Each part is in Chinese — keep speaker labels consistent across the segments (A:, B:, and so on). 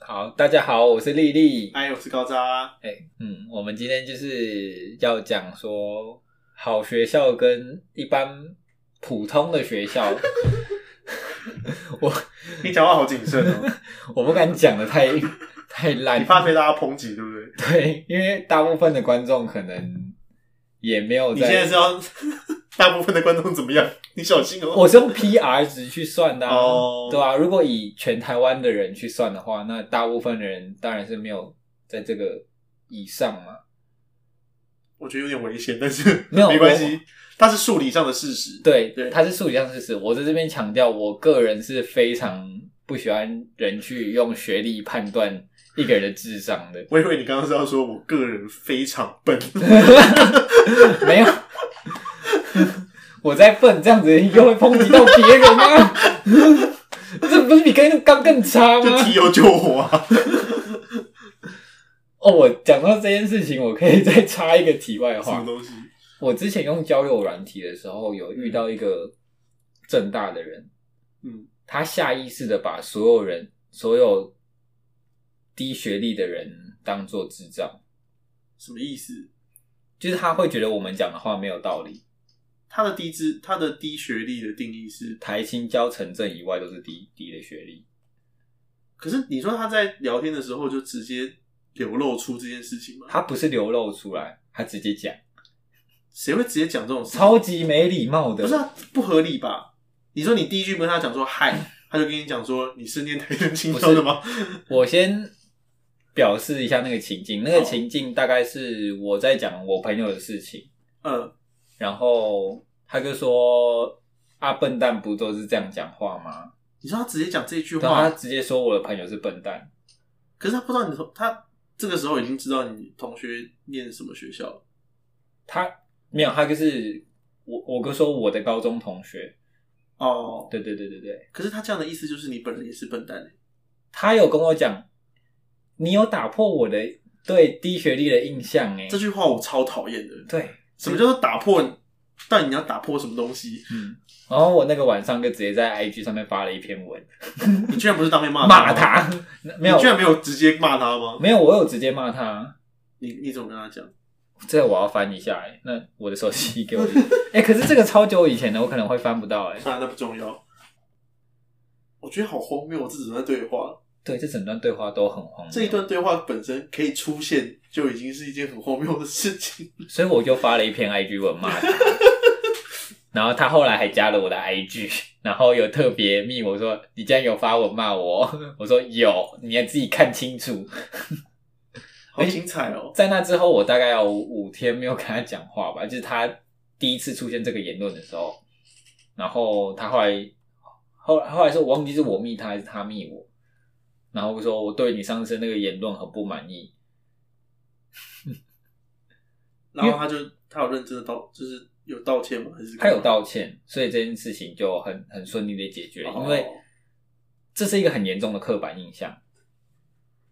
A: 好，大家好，我是丽丽。
B: 哎，我是高渣。
A: 哎、嗯，我们今天就是要讲说好学校跟一般普通的学校， 我
B: 你讲话好谨慎哦，
A: 我不敢讲的太 太
B: 你
A: 烂，
B: 怕被大家抨击，对不对？
A: 对，因为大部分的观众可能也没有
B: 你现在
A: 在
B: 是，要 大部分的观众怎么样？你小心哦。
A: 我是用 PR 值去算的、啊，
B: 哦
A: 对啊，如果以全台湾的人去算的话，那大部分的人当然是没有在这个以上嘛。
B: 我觉得有点危险，但是
A: 没有
B: 没关
A: 我
B: 系，它是数理上的事实。
A: 对，
B: 对。
A: 它是数理上事实。我在这边强调，我个人是非常不喜欢人去用学历判断一个人的智商的
B: 我以为你刚刚是要说我个人非常 笨，
A: 没有， 我在笨，这样子又会抨击到别人啊！这不是比跟刚更差
B: 就
A: 吗
B: 提？油救火啊！
A: 哦，我讲到这件事情，我可以再插一个题外
B: 什么
A: 话。
B: 东西？
A: 我之前用交友软体的时候，有遇到一个正大的人，
B: 嗯，
A: 他下意识的把所有人、所有低学历的人当做智障，
B: 什么意思？
A: 就是他会觉得我们讲的话没有道理。
B: 他的低知，他的低学历的定义是，
A: 台青交城镇以外都是低低的学历，
B: 可是你说他在聊天的时候就直接流露出这件事情吗？
A: 他不是流露出来，他直接讲，
B: 谁会直接讲这种事情？
A: 超级没礼貌的。
B: 不是、啊、不合理吧？你说你第一句跟他讲说 嗨，他就跟你讲说你是念台人青校的吗？
A: 我先表示一下那个情境，那个
B: 好
A: 情境大概是我在讲我朋友的事情。
B: 嗯
A: 然后他就说：“啊，笨蛋不都是这样讲话吗
B: 你啊说他直接讲这句？”
A: 然后他
B: 话，
A: 直接说我的朋友是笨蛋，
B: 可是他不知道你同他这个时候已经知道你同学念什么学校了。
A: 他没有，他就是我，我哥说我的高中同学，
B: 哦，
A: 对对对对对，
B: 可是他这样的意思就是你本人也是笨蛋欸。
A: 他有跟我讲，你有打破我的对低学历的印象哎，
B: 这句话我超讨厌的。
A: 对，
B: 什么叫做打破？到底你要打破什么东 西？
A: 嗯，然后我那个晚上就直接在 IG 上面发了一篇文，
B: 你居然不是当面骂
A: 骂
B: 他吗，
A: 他， 没有
B: 你居然没有直接骂他吗？
A: 没有，我有直接骂他，
B: 你你怎么跟他讲？
A: 这个我要翻一下哎、欸，那我的手机给我 一下，哎、可是这个超久以前的，我可能会翻不到哎、
B: 算了，那不重要。我觉得好荒谬，这只在对话。
A: 对，这整段对话都很荒谬，
B: 这一段对话本身可以出现，就已经是一件很荒谬的 事情。
A: 所以我就发了一篇 IG 文骂他， 然后他后来还加了我的 IG，然后有特别密我说你竟然有发文骂我，我说有，你要自己看清楚。
B: 好精彩哦！
A: 在那之后，我大概有五天没有跟他讲话吧，就是他第一次出现这个言论的时候，然后他后来后后来是我忘记是我密他还是他密我，然后我说我对你上次那个言论很不满意，
B: 然后他就他有认真的道，就是有道歉吗？还是
A: 他有道歉，所以这件事情就很很顺利的解决，
B: 哦
A: 因为这是一个很严重的刻板印象，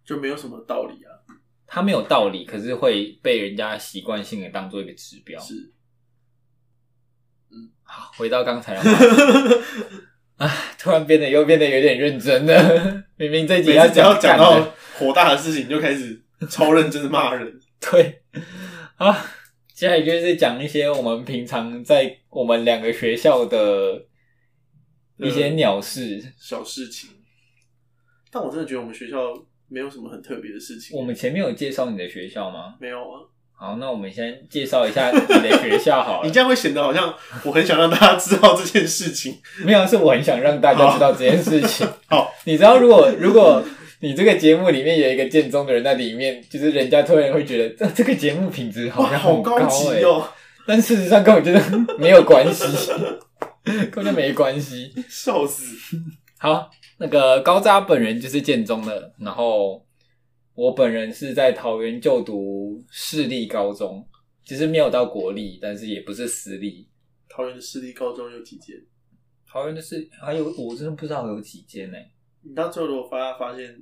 B: 就没有什么道理 啊？
A: 他没有道理，可是会被人家习惯性的当做一个指标。嗯
B: 是，
A: 好回到刚才的话啊， 突然变得又变得有点认真了， 明明这集
B: 每次只要
A: 讲干
B: 讲到
A: 的，
B: 火大的事情，就开始超认真的骂人。
A: 对啊，接下来就是讲一些我们平常在我们两个学校的一些
B: 嗯
A: 鸟事。
B: 小事情，但我真的觉得我们学校没有什么很特别的事情。
A: 我们前面有介绍你的学校吗？
B: 没有啊，
A: 好，那我们先介绍一下你的学校好了
B: 你。这样会显得好像我很想让大家知道这件事情。
A: 没有，是我很想让大家知道这件事情。
B: 好，
A: 你知道，如果如果你这个节目里面有一个建中的人在里面，就是人家突然会觉得这这个节目品质好
B: 哇，
A: 像
B: 好
A: 很
B: 高级
A: 欸
B: 哦！
A: 但事实上跟我觉得没有关系，根本就没关系。
B: 笑死。
A: 好，那个高扎本人就是建中的，然后我本人是在桃园就读市立高中，其实没有到国立，但是也不是私立。
B: 桃园的私立高中有几间？
A: 桃园的是还有我真的不知道有几间呢、
B: 你到最后如果发发现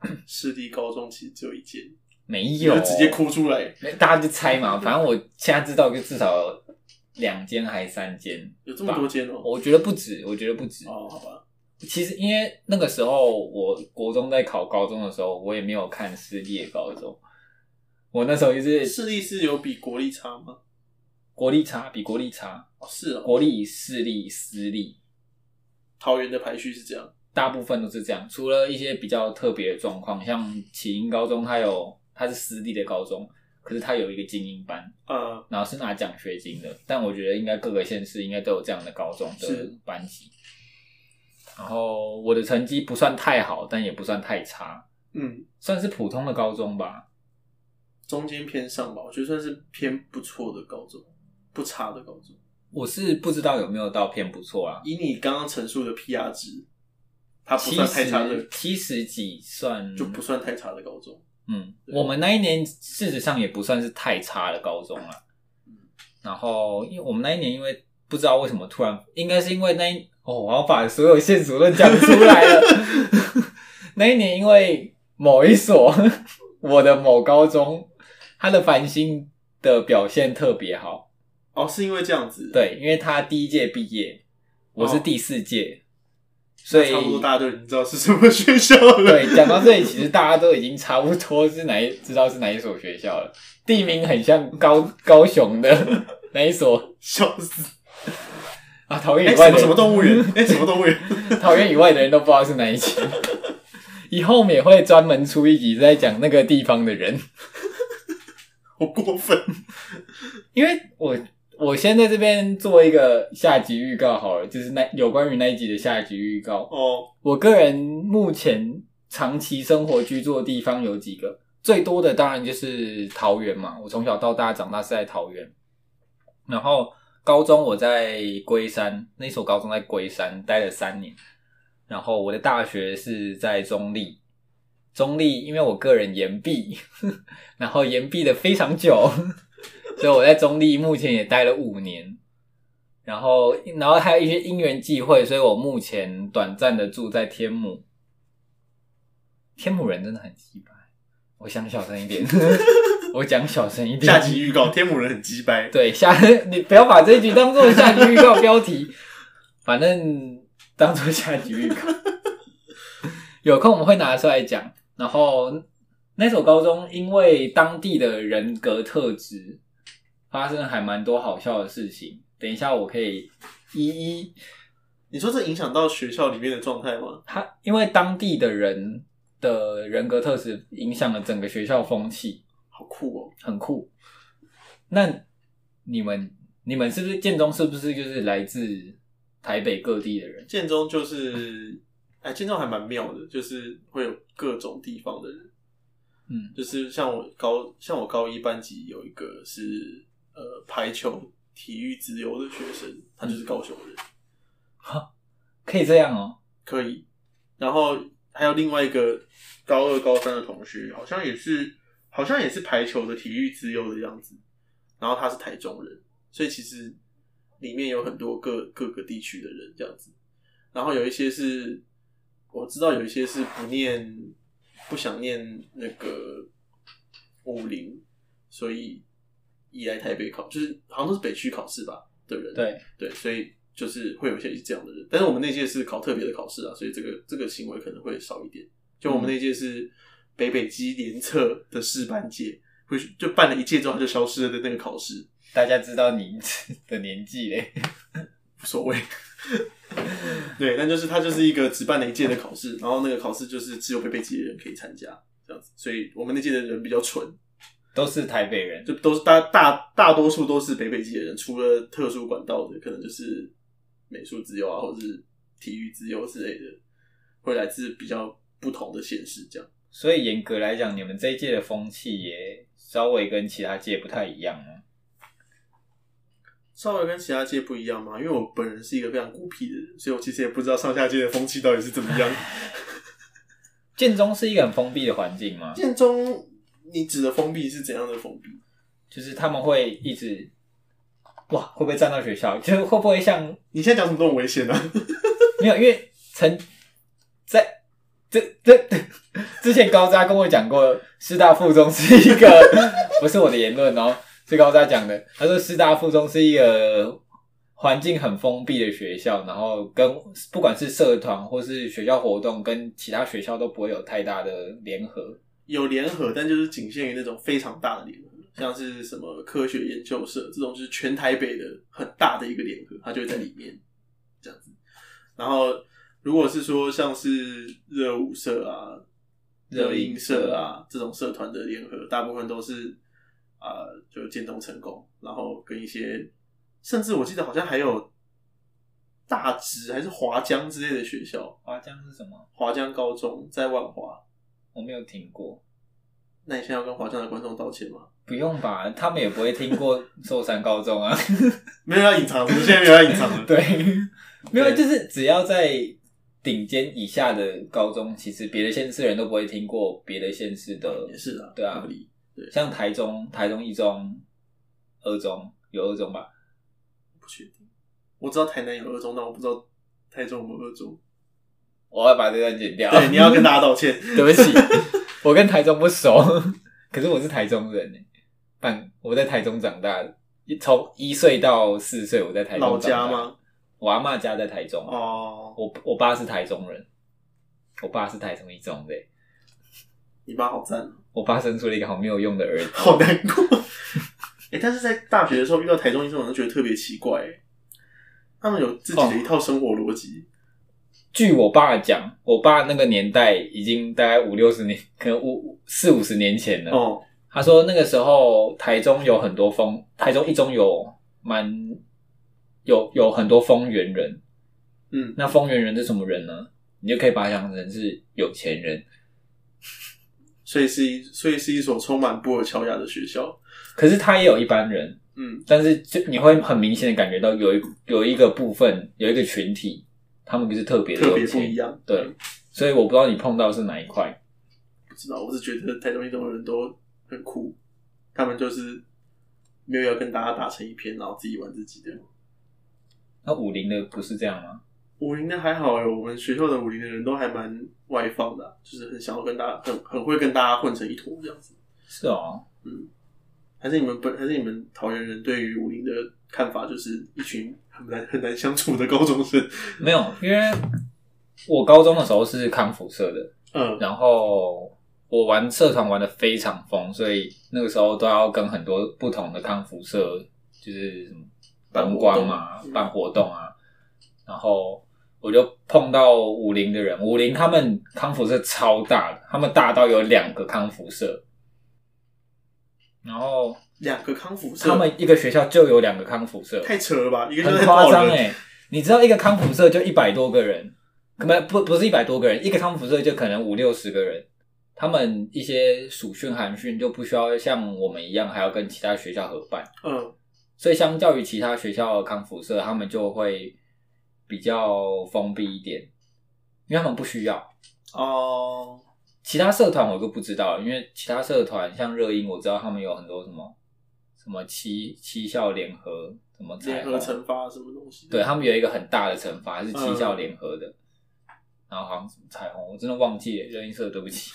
B: 私立高中其实只有一间，
A: 没
B: 你
A: 有，
B: 就直接哭出来。
A: 没大家就猜嘛， 反正我现在知道就至少有两间还三间，
B: 有这么多间哦、
A: 我觉得不止，我觉得不止。
B: 哦，好吧，
A: 其实因为那个时候我国中在考高中的时候，我也没有看私立的高中，我那时候就是
B: 视力是有比国力差吗？
A: 国立差，比国立差，
B: 哦，是哦，
A: 国立、私立、私立
B: 桃园的排序是这样，
A: 大部分都是这样，除了一些比较特别的状况，像启英高中，它有它是私立的高中，可是它有一个精英班，
B: 呃，
A: 然后是拿奖学金的，但我觉得应该各个县市应该都有这样的高中的
B: 是
A: 班级。然后我的成绩不算太好，但也不算太差，
B: 嗯，
A: 算是普通的高中吧。
B: 中间偏上吧，我觉得算是偏不错的高中，不差的高中。
A: 我是不知道有没有到偏不错啊，
B: 以你刚刚陈述的 PR 值，它不
A: 七
B: 算太差
A: 十
B: 的，
A: 七十几算
B: 就不算太差的高中。
A: 嗯，我们那一年事实上也不算是太差的高中了
B: 嗯。
A: 然后，因为我们那一年因为不知道为什么突然，应该是因为那一哦，我要把所有线索都讲出来了。 那一年因为某一所我的某高中，它的繁星的表现特别好，
B: 哦，是因为这样子，，
A: 对，因为他第一届毕业，我是
B: 哦
A: 第四届，所以
B: 差不多大家都已经知道是什么学校 了。
A: 对，讲到这里，其实大家都已经差不多是哪一知道是哪一所学校了。地名很像高高雄的哪一所
B: 笑死！
A: 啊？桃园
B: 哎，
A: 以外
B: 什
A: 的
B: 么什么动物园？ 哎，什么动物园？
A: 桃园以外的人都不知道是哪一间。以后我们也会专门出一集在讲那个地方的人，
B: 好过 分！
A: 因为我我先在这边做一个下集预告好了，就是那有关于那一集的下集预告。
B: 哦，
A: 我个人目前长期生活居住的地方有几个，最多的当然就是桃园嘛。我从小到大长大是在桃园，然后高中我在龟山，那所高中在龟山待了三年，然后我的大学是在中立。中立，因为我个人延毕， 然后延毕的非常久， 所以我在中立目前也待了五年。然后，然后还有一些因缘际会，所以我目前短暂的住在天母。天母人真的很鸡掰，我讲小声一点， 我讲小声一点。
B: 下集预告，天母人很鸡掰。
A: 对下， 你不要把这一集当做下集预告标题， 反正当做下集预告。 有空我们会拿出来讲。然后那所高中因为当地的人格特质，发生了还蛮多好笑的事情。等一下我可以一一
B: 你说这影响到学校里面的状态吗？
A: 他，因为当地的人的人格特质影响了整个学校风气，
B: 好酷哦！
A: 很酷。那你们你们是不是建中是不是就是来自台北各地的人？
B: 建中就是，哎，建中还蛮妙的，就是会有各种地方的人，
A: 嗯，
B: 就是像我高像我高一班级有一个是呃排球体育自由的学生，他就是高雄人，
A: 可以这样哦。
B: 可以。然后还有另外一个高二高三的同学，好像也是好像也是排球的体育自由的样子，然后他是台中人，所以其实里面有很多各各个地区的人这样子。然后有一些是我知道有一些是不念不想念那个武林，所以以来台北考，就是好像都是北区考试吧的人。
A: 对
B: 对，所以就是会有一些这样的人。但是我们那届是考特别的考试啊，所以这个这个行为可能会少一点。就我们那届是北北基联测的试办届，会去就办了一届之后它就消失了的那个考试，
A: 大家知道你 的年纪嘞，
B: 无所谓。 对，但就是它就是一个只办了一届的考试，然后那个考试就是只有北北基的人可以参加，这样子。所以我们那届的人比较蠢，
A: 都是台北人。
B: 就都是大大大多数都是北北基的人，除了特殊管道的，可能就是美术自由啊，或者是体育自由之类的，会来自比较不同的县市这样。
A: 所以严格来讲，你们这一届的风气也稍微跟其他届不太一样啊。
B: 稍微跟其他街不一样嘛，因为我本人是一个非常孤僻的人，所以我其实也不知道上下街的风气到底是怎么样。
A: 建中是一个很封闭的环境吗？
B: 建中，你指的封闭是怎样的封闭？
A: 就是他们会一直，哇，会不会站到学校？ 就是会不会像
B: 你现在讲什么都很危险啊！
A: 没有，因为曾在这这 之前高渣跟我讲过，师大附中是一 个不是我的言论哦，是高渣讲的。他说师大附中是一个环境很封闭的学校，然后跟不管是社团或是学校活动，跟其他学校都不会有太大的联合。
B: 有联合，但就是仅限于那种非常大的联合，像是什么科学研究社这种，就是全台北的很大的一个联合，它就会在里面这样子。然后如果是说像是热舞社啊、
A: 热
B: 热
A: 音
B: 音
A: 社
B: 社啊这种社团的联合，大部分都是啊、呃就渐冻成功，然后跟一些甚至我记得好像还有大直还是华江之类的学校，
A: 华江是什么？
B: 华江高中在万华。
A: 我没有听过。
B: 那你现在要跟华江的观众道歉吗？
A: 不用吧，他们也不会听过寿山高中啊。
B: 没有要隐藏，我们现在没有要隐藏 了。
A: 对，没有，
B: 对
A: 就是只要在顶尖以下的高中，其实别的县市人都不会听过别的县市的
B: 也是啊，
A: 对啊
B: 合理。
A: 像台中、台中一中、二中有二中吧？
B: 不确定。我知道台南有二中，但我不知道台中有没有二中。
A: 我要把这段剪掉。
B: 对，你要跟大家道歉。
A: 对不起，我跟台中不熟，可是我是台中人呢。办，我在台中长大的，从一岁到四岁我在台中
B: 老
A: 长大
B: 家？吗？
A: 我阿嬷家在台中，
B: 哦，
A: 我我爸是台中人，我爸是台中一中的欸，
B: 你爸好赞哦，
A: 我爸生出了一个好没有用的儿子。
B: 好难过。 哎、但是在大学的时候遇到台中医生，我就觉得特别奇怪、欸。他们有自己的一套生活逻辑，
A: 据我爸讲，我爸那个年代已经大概五六十年，可能五四五十年前了。
B: 哦，
A: 他说那个时候台中有很多风，台中一中有蛮有有很多丰原人。
B: 嗯，
A: 那丰原人是什么人呢？你就可以把它想成是有钱人。
B: 所以是一，所以是一所充满布尔乔亚的学校。
A: 可是他也有一般人，
B: 嗯，
A: 但是就你会很明显的感觉到有一有一个部分有一个群体，他们就是特别的
B: 特
A: 有
B: 别不一
A: 钱。
B: 样。
A: 对，所以我不知道你碰到是哪一块。
B: 不知道，我是觉得台中一中的人都很酷，他们就是没有要跟大家打成一片，然后自己玩自己的。
A: 那武林的不是这样吗？
B: 武林的还好哎、我们学校的武林的人都还蛮外放的啊、就是很想要跟大家很很会跟大家混成一坨这样子。
A: 是哦，
B: 还是你们本还是你们桃园人对于武林的看法，就是一群很难很难相处的高中生。
A: 没有，因为我高中的时候是康复社的，
B: 嗯，
A: 然后我玩社团玩的非常疯，所以那个时候都要跟很多不同的康复社，就是什么灯光啊、办
B: 办
A: 活动啊，然后我就碰到武林的人，武林他们康复社超大的，他们大到有两个康复社，然后
B: 两个康复社，
A: 他们一个学校就有两个康复社，
B: 太扯了吧？一个就是
A: 很
B: 在
A: 夸
B: 抱
A: 张
B: 人，
A: 哎！你知道一个康复社就一百多个人，可不不不是一百多个人，一个康复社就可能五六十个人。他们一些暑训、寒训就不需要像我们一样还要跟其他学校合办，
B: 嗯，
A: 所以相较于其他学校的康复社，他们就会比较封闭一点，因为他们不需要。
B: 哦，
A: 其他社团我就不知道，因为其他社团像热音，我知道他们有很多什么什么七七校联合，什么彩
B: 联
A: 虹
B: 合惩罚什么东西？
A: 对他啊们有一个很大的惩罚是七
B: 嗯
A: 校联合的，然后好像什么彩虹，我真的忘记了热音社，对不 起，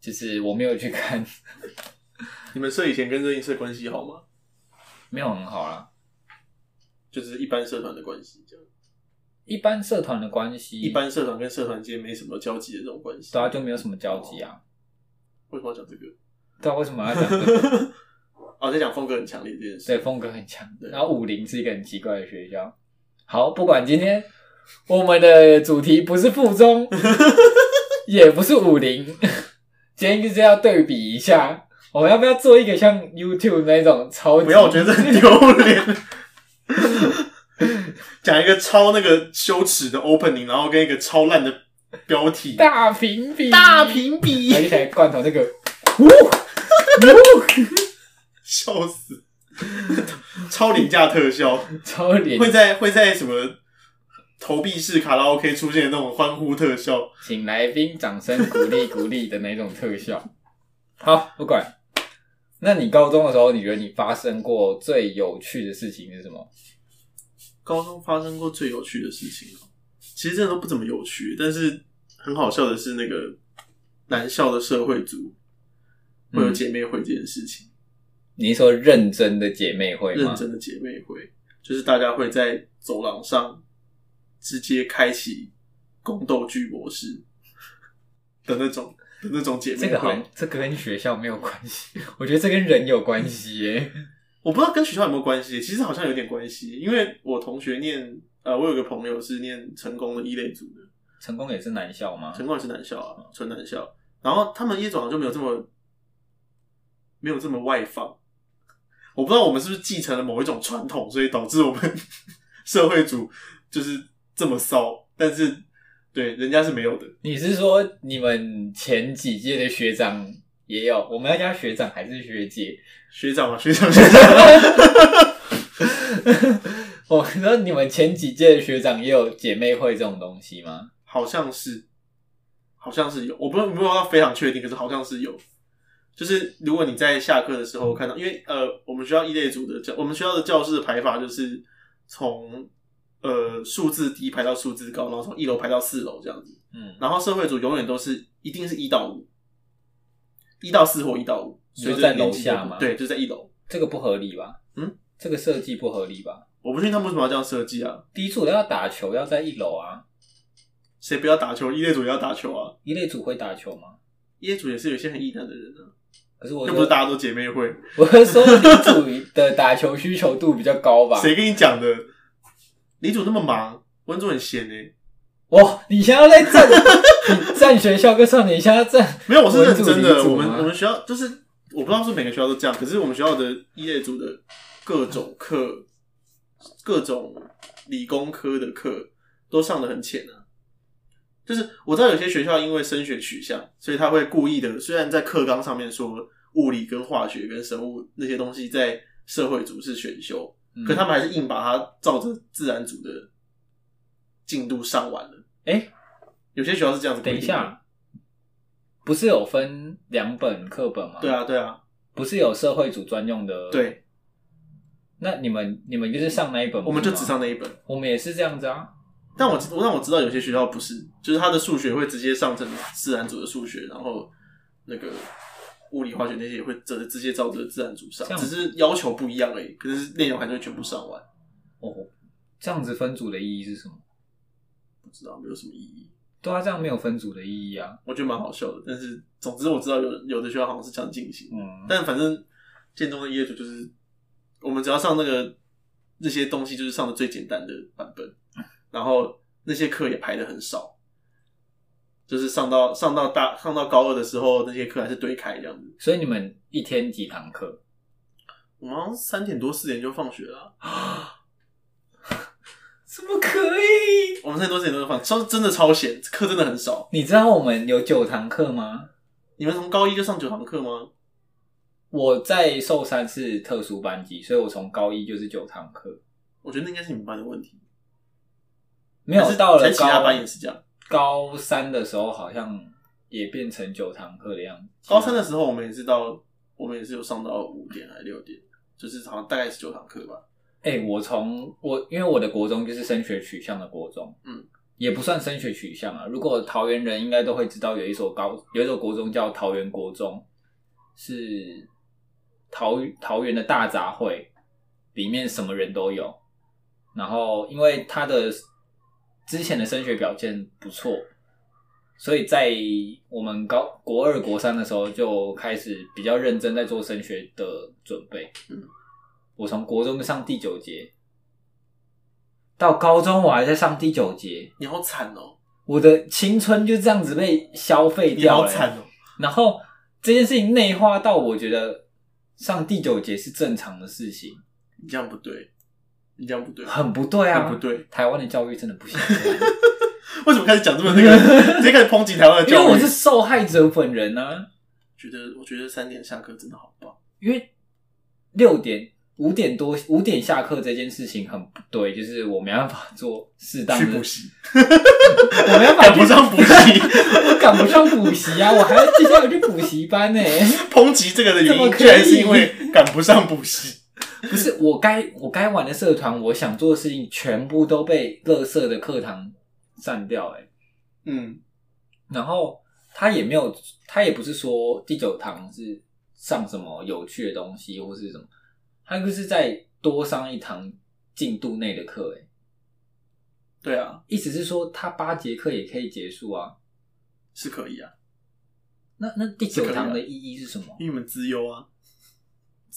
A: 就是我没有去看，
B: 你们社以前跟热映社关系好吗？
A: 没有很好啦。
B: 就是一般社团的关系这样。
A: 嗯一般社团的关系，
B: 一般社团跟社团间没什么交集的这种关系。
A: 对啊就没有什么交集
B: 哦
A: 啊。
B: 为什么要讲这个？
A: 对啊，为什么要讲这 个？
B: 哦，在讲风格很强烈这件事。
A: 对，风格很强。
B: 对
A: 然后武林是一个很奇怪的学校。好，不管今 天我们的主题不是附中，也不是武林，今天就是要对比一下，我们要不要做一个像 YouTube 那种超级？
B: 不要，我觉得很丢脸。 讲一个超那个羞耻的 opening，然后跟一个超烂的标题，
A: 大评比，
B: 大，评比
A: 而，且罐头那个，
B: 笑死！超廉价特效，
A: 超脸
B: 会，在会在什么投币式卡拉 OK 出现的那种欢呼特效。
A: 请来宾掌声鼓励鼓励的那种特效。好，不管。那你高中的时候，你觉得你发生过最有趣的事情是什么？
B: 高中发生过最有趣的事情哦，其实真的都不怎么有趣，但是很好笑的是那个男校的社会组会
A: 嗯
B: 有姐妹会这件事情，
A: 你是说认真的姐妹会吗
B: 认？真的姐妹会，就是大家会在走廊上直接开启宫斗剧模式的那种的那种姐妹
A: 这
B: 会。
A: 个好像这个跟学校没有关系，我觉得这跟人有关系耶。
B: 我不知道跟学校有没有关系，其实好像有点关系，因为我同学念，呃，我有个朋友是念成功的一类组的，
A: 成功也是男校吗？
B: 成功也是男校啊，纯男校，然后他们一种好像就没有这么没有这么外放，我不知道我们是不是继承了某一种传统，所以导致我们 社会组就是这么骚，但是对人家是没有的，
A: 你是说你们前几届的学长也有？我们要叫学长还是学姐？
B: 学长嘛，学长学长，
A: 我说哦你们前几届的学长也有姐妹会这种东西吗？
B: 好像是，好像是有，我不没有到非常确定，可是好像是有。就是如果你在下课的时
A: 嗯
B: 候看到，因为呃，我们学校一类组的教，我们学校的教室的排法就是从呃数字低排到数字高，然后从一楼排到四楼这样子。
A: 嗯，
B: 然后社会组永远都是一定是一到五，一到四或一到五，
A: 你
B: 所
A: 说
B: 以
A: 在楼下吗
B: 对，就在一楼。
A: 这个不合理吧？
B: 嗯，
A: 这个设计不合理吧？
B: 我不确定他们为什么要这样设计啊？
A: 第一组要打球要在一楼啊，
B: 谁不要打球，一类组也要打球啊。
A: 一类组会打球吗？
B: 一类组也是有一些很异男的人啊，
A: 可是我
B: 又不
A: 说，
B: 是大家都姐妹会。
A: 我是说李组的打球需求度比较高吧？
B: 谁跟你讲的？李主那么忙，温主很闲呢、
A: 哇，你现在在站， 你站学校跟少年，你现在站
B: 没有，我是啊认真
A: 文
B: 的。
A: 组理组
B: 我们
A: 吗
B: 我们学校就是，我不知道是每个学校都这样，可是我们学校的一类组的各种课、各种理工科的课都上的很浅啊。就是我知道有些学校因为升学取向，所以他会故意的，虽然在课纲上面说物理跟化学跟生物那些东西在社会组是选修，
A: 嗯
B: 可他们还是硬把它照着自然组的进度上完了。
A: 诶
B: 有些学校是这样
A: 嗯
B: 子。
A: 等一，下，不是有分两本课本吗？
B: 对，啊，对啊，
A: 不是有社会组专用的？，
B: 对，
A: 那你们你们就是上那一本，
B: 我们就
A: 不
B: 只
A: 是吗，
B: 上那一本。
A: 我们也是这样子啊。
B: 但我知我让我知道有些学校不是，就是他的数学会直接上成自然组的数学，然后那个物理、化学那些也会直直接照着自然组上
A: 这，样
B: 只是要求不一样而已。可是内容还是会全部上完，
A: 哦，这样子分组的意义是什么？
B: 不知道没有什么意义。
A: 对啊，这样没有分组的意义啊。
B: 我觉得蛮好笑的，但是总之我知道有有的学校好像是这样进行。
A: 嗯，
B: 但反正建中的业主就是，我们只要上那个那些东西，就是上的最简单的版本，然后那些课也排的很少，就是上到上到大上到高二的时候，那些课还是堆开这样子。
A: 所以你们一天几堂课？
B: 我们好像三点多四点就放学了，
A: 怎么可以？
B: 我们三点多四点多就放，超真的超闲，课真的很少。
A: 你知道我们有九堂课吗？
B: 你们从高一就上九堂课吗？
A: 我在寿山是特殊班级，所以我从高一就是九堂课，
B: 我觉得那应该是你们班的问题，
A: 没有
B: 还是
A: 到了
B: 还是其他
A: 高
B: 班也是这样。
A: 高三的时候好像也变成九堂课的样子。
B: 高三的时候，我们也是到，我们也是有上到五点还是六点，就是好像大概是九堂课吧。
A: 哎、我从我因为我的国中就是升学取向的国中，
B: 嗯，
A: 也不算升学取向啊。如果桃园人应该都会知道，有一所高有一所国中叫桃园国中，是桃桃园的大杂烩，里面什么人都有。然后因为他的之前的升学表现不错，所以在我们高国二国三的时候就开始比较认真在做升学的准备。
B: 嗯，
A: 我从国中上第九节，到高中我还在上第九节，
B: 你好惨哦、
A: 我的青春就这样子被消费
B: 你
A: 掉
B: 好
A: 了。
B: 惨哦、
A: 然后这件事情内化到我觉得上第九节是正常的事情，
B: 你这样不对，你这样不对，
A: 很不对啊，
B: 很不。对。
A: 台湾的教育真的不 行这样。
B: 为什么开始讲这么那个？ 直接开始抨击台湾的
A: 因为
B: 教育。
A: 我是受害者本人啊。
B: 觉得，我觉得三点下课真的好棒。
A: 因为六点五点多五点下课这件事情很不对，就是我没办法做适当
B: 去
A: 的
B: 补，习，
A: 我没办法
B: 赶
A: 去
B: 不上补，习，
A: 我 赶不上补习啊，我还要接下来去补习班呢、
B: 抨击这个的原
A: 怎么
B: 因
A: 可以
B: 居然是因为赶不上补习。
A: 不是我该我该玩的社团，我想做的事情全部都被乐色的课堂占掉、欸，
B: 嗯，
A: 然后他也没有，他也不是说第九堂是上什么有趣的东西或是什么，他就是在多上一堂进度内的课，哎，
B: 对啊，
A: 意思是说他八节课也可以结束啊。
B: 是可以啊，
A: 那那第
B: 是可以
A: 九
B: 啊
A: 堂的意义是什么？
B: 因为你们资优啊，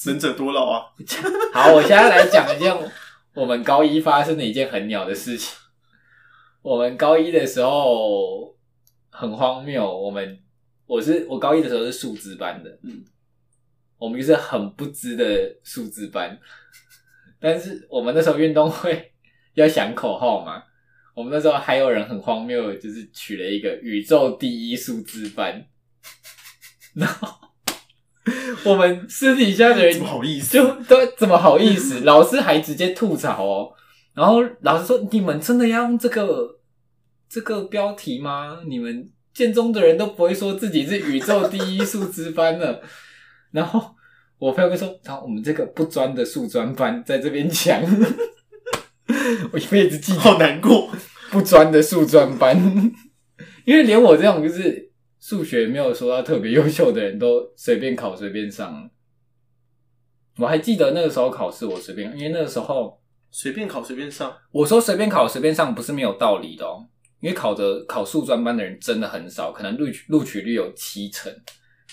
B: 能者多劳啊，
A: 好，我现在来讲一件我们高一发生的一件很鸟的事情。我们高一的时候很荒谬，我们我是我高一的时候是数字班的，
B: 嗯，
A: 我们就是很不知的数字班，但是我们那时候运动会要想口号嘛，我们那时候还有人很荒谬，就是取了一个宇宙第一数字班，然后我们私底下的人
B: 怎么好意思？
A: 就都怎么好意思？老师还直接吐槽哦。然后老师说：“你们真的要用这个这个标题吗？你们建中的人都不会说自己是宇宙第一数资班了。” 然后我朋友就说：“好，我们这个不专的数专班在这边讲， 我一辈子记得
B: 好难 过，
A: 不专的数专班， 因为连我这种就是数学没有说到特别优秀的人都随便考随便上。我还记得那个时候考试我随便，因为那个时候
B: 随便考随便上，
A: 我说随便考随便上不是没有道理的哦，因为考的考数专班的人真的很少，可能录取录取率有七成，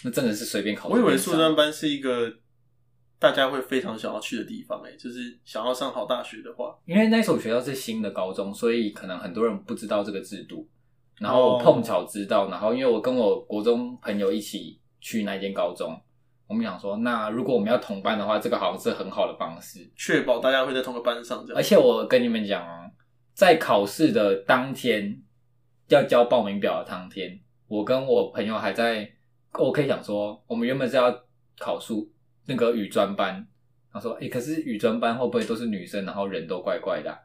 A: 那真的是随便考
B: 我以
A: 随
B: 为
A: 便
B: 硕
A: 上。
B: 专班是一个大家会非常想要去的地方、欸，哎，就是想要上好大学的话，
A: 因为那所学校是新的高中，所以可能很多人不知道这个制度。然后我碰巧知道，然后因为我跟我国中朋友一起去那间高中，我们想说，那如果我们要同班的话，这个好像是很好的方式。
B: 确保大家会在同个班上这样。
A: 而且我跟你们讲哦，在考试的当天，要交报名表的当天，我跟我朋友还在，我可以想说，我们原本是要考数那个语专班，他说，诶，可是语专班会不会都是女生，然后人都怪怪的啊、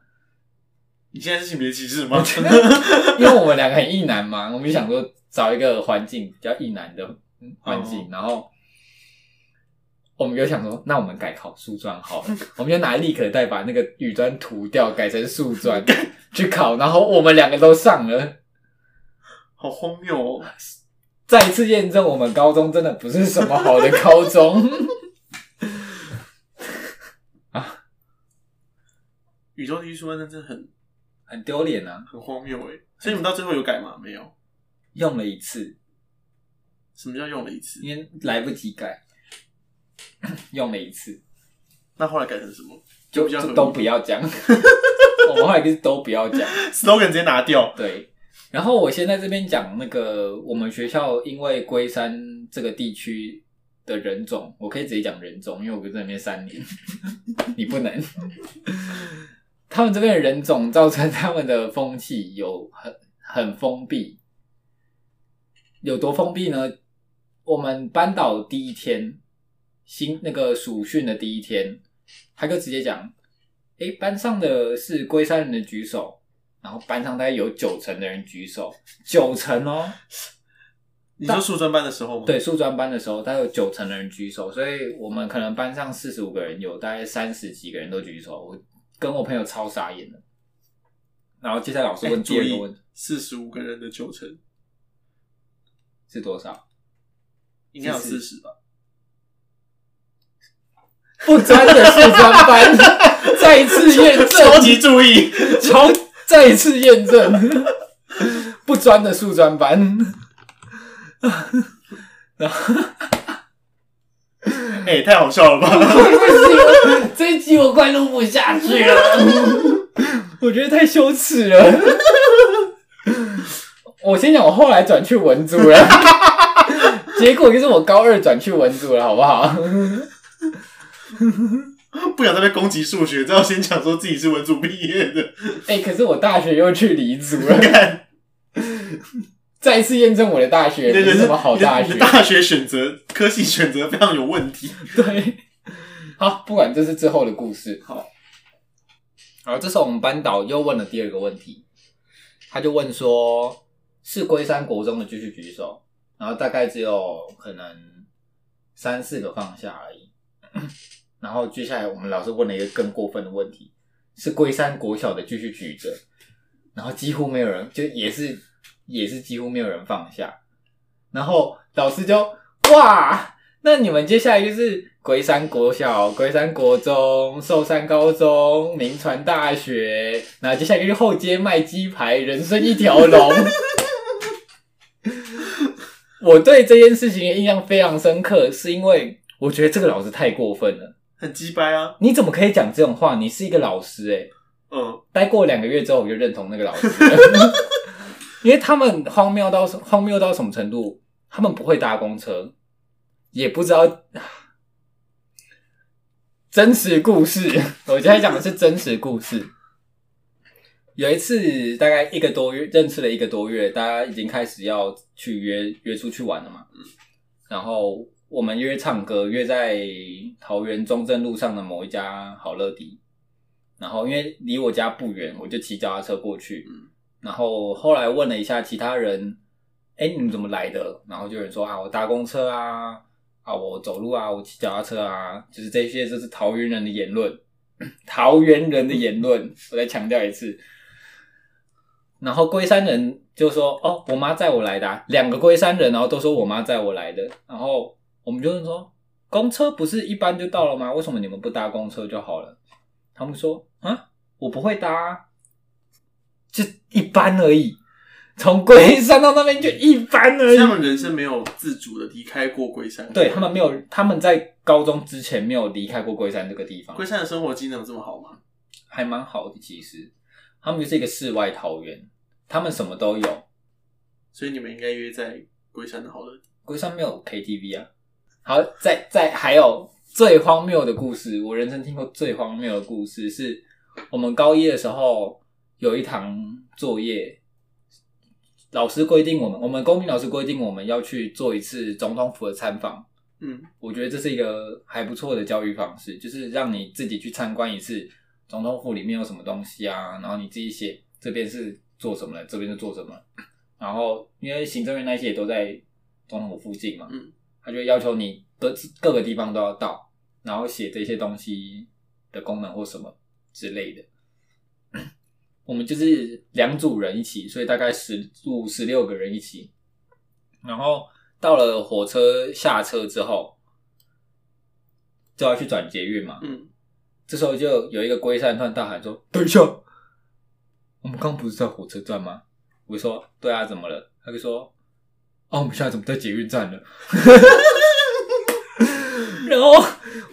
B: 你现在是性别歧视吗？
A: 因为我们两个很异男嘛，我们就想说找一个环境比较异男的环境，
B: 哦
A: 然后我们就想说，那我们改考数专好了， 我们就拿立可带把那个语专涂掉，改成数专去考，然后我们两个都上了，
B: 好荒谬哦！
A: 再一次验证我们高中真的不是什么好的高中。
B: 宇宙第一书班真的很
A: 很丢脸啊！
B: 很荒谬哎、所以你们到最后有改吗？没有。
A: 用了一次，
B: 什么叫用了一次？
A: 因为来不及改， 用了一次，
B: 那后来改成什么？
A: 就
B: 比较合
A: 就
B: 理
A: 都不要 讲。我们后来就是都不要讲，
B: slogan 直接拿掉。
A: 对，然后我先在这边讲那个我们学校，因为龟山这个地区的人种，我可以直接讲人种，因为我在那边三年， 你不能。他们这边的人种造成他们的风气有很很封闭，有多封闭呢？我们班导第一天新那个暑训的第一天，他就直接讲：“诶，班上的是龟山人的举手。”然后班上大概有九成的人举手，九成哦，
B: 你说数专班的时候吗？，
A: 对，数专班的时候，大概有九成的人举手，所以我们可能班上四十五个人，有大概三十几个人都举手。我跟我朋友超傻眼的。然后接下来老师
B: 哎
A: 问
B: 注
A: 第二个问
B: 意
A: 题
B: 四十五个人的九成，
A: 是多少？
B: 应该有
A: 40
B: 四十吧？
A: 不专的数专班， 再一次验
B: 超
A: 证，
B: 级注意，
A: 超再一次验证， 不专的数专班。
B: 哎、太好笑了吧？
A: 不行，这一集我快录不下去了， 我觉得太羞耻了。 我先讲，我后来转去文组了， 结果就是我高二转去文组了，好不好？
B: 不想在那边攻击数学，只要先讲说自己是文组毕业的，
A: 哎、可是我大学又去理组了，
B: 看
A: 再次验证我的大学
B: 你的
A: 没
B: 人
A: 什
B: 生
A: 么好大
B: 你的
A: 学
B: 你。的大学选择科系选择非常有问题。
A: 对， 好，不管这是之后的故事。
B: 好，
A: 好，这时候我们班导又问了第二个问题，他就问说：“是龟山国中的继续举手？”然后大概只有可能三四个放下而已。 然后接下来我们老师问了一个更过分的问题：“是龟山国小的继续举着？”然后几乎没有人，就也是也是几乎没有人放下。然后老师就哇，那你们接下来就是龟山国小、龟山国中、寿山高中、名传大学，然后接下来就是后街卖鸡排，人生一条龙。我对这件事情的印象非常深刻，是因为我觉得这个老师太过分了。
B: 很鸡掰啊，
A: 你怎么可以讲这种话？你是一个老师欸诶、
B: 嗯，
A: 待过两个月之后，我就认同那个老师了，因为他们荒谬到荒谬到什么程度？他们不会搭公车，也不知道真实故事。 我现在讲的是真实故事。有一次，大概一个多月，认识了一个多月，大家已经开始要去约约出去玩了嘛。然后我们约唱歌，约在桃园中正路上的某一家好乐迪。然后因为离我家不远，我就骑脚踏车过去。
B: 嗯
A: 然后后来问了一下其他人，哎，你们怎么来的？然后就有人说啊，我搭公车啊，啊，我走路啊，我骑脚踏车啊，就是这些，就是桃园人的言论，桃园人的言论，我再强调一次。然后龟山人就说：“哦，我妈载我来的、啊。”两个龟山人，然后都说我妈载我来的。然后我们就是说，公车不是一般就到了吗？为什么你们不搭公车就好了？他们说：“啊，我不会搭、啊，就一般而已。从龟山到那边就一般而已。
B: 所以”他们人生没有自主的离开过龟山，
A: 哎对他们没有，他们在高中之前没有离开过龟山这个地方
B: 龟，山的生活机能这么好吗？
A: 还蛮好的。其实他们就是一个世外桃源，他们什么都有。
B: 所以你们应该约在龟山的好乐迪。
A: 龟山没有 KTV 啊。好，再再还有最荒谬的故事，我人生听过最荒谬的故事是，我们高一的时候有一堂作业，老师规定我们，我们公民老师规定我们要去做一次总统府的参访。
B: 嗯，
A: 我觉得这是一个还不错的教育方式，就是让你自己去参观一次总统府里面有什么东西啊，然后你自己写这边是做什么的，这边是做什么，然后因为行政院那些也都在总统府附近嘛，
B: 嗯，
A: 他就要求你各各个地方都要到，然后写这些东西的功能或什么之类的。 我们就是两组人一起，所以大概十组十六个人一起。然后到了火车下车之后，就要去转捷运嘛。
B: 嗯，
A: 这时候就有一个龟山突然大喊说：“等一下，我们刚不是在火车站吗？”我说：“对啊，怎么了？”他就说：“哦，我们现在怎么在捷运站了？” 然后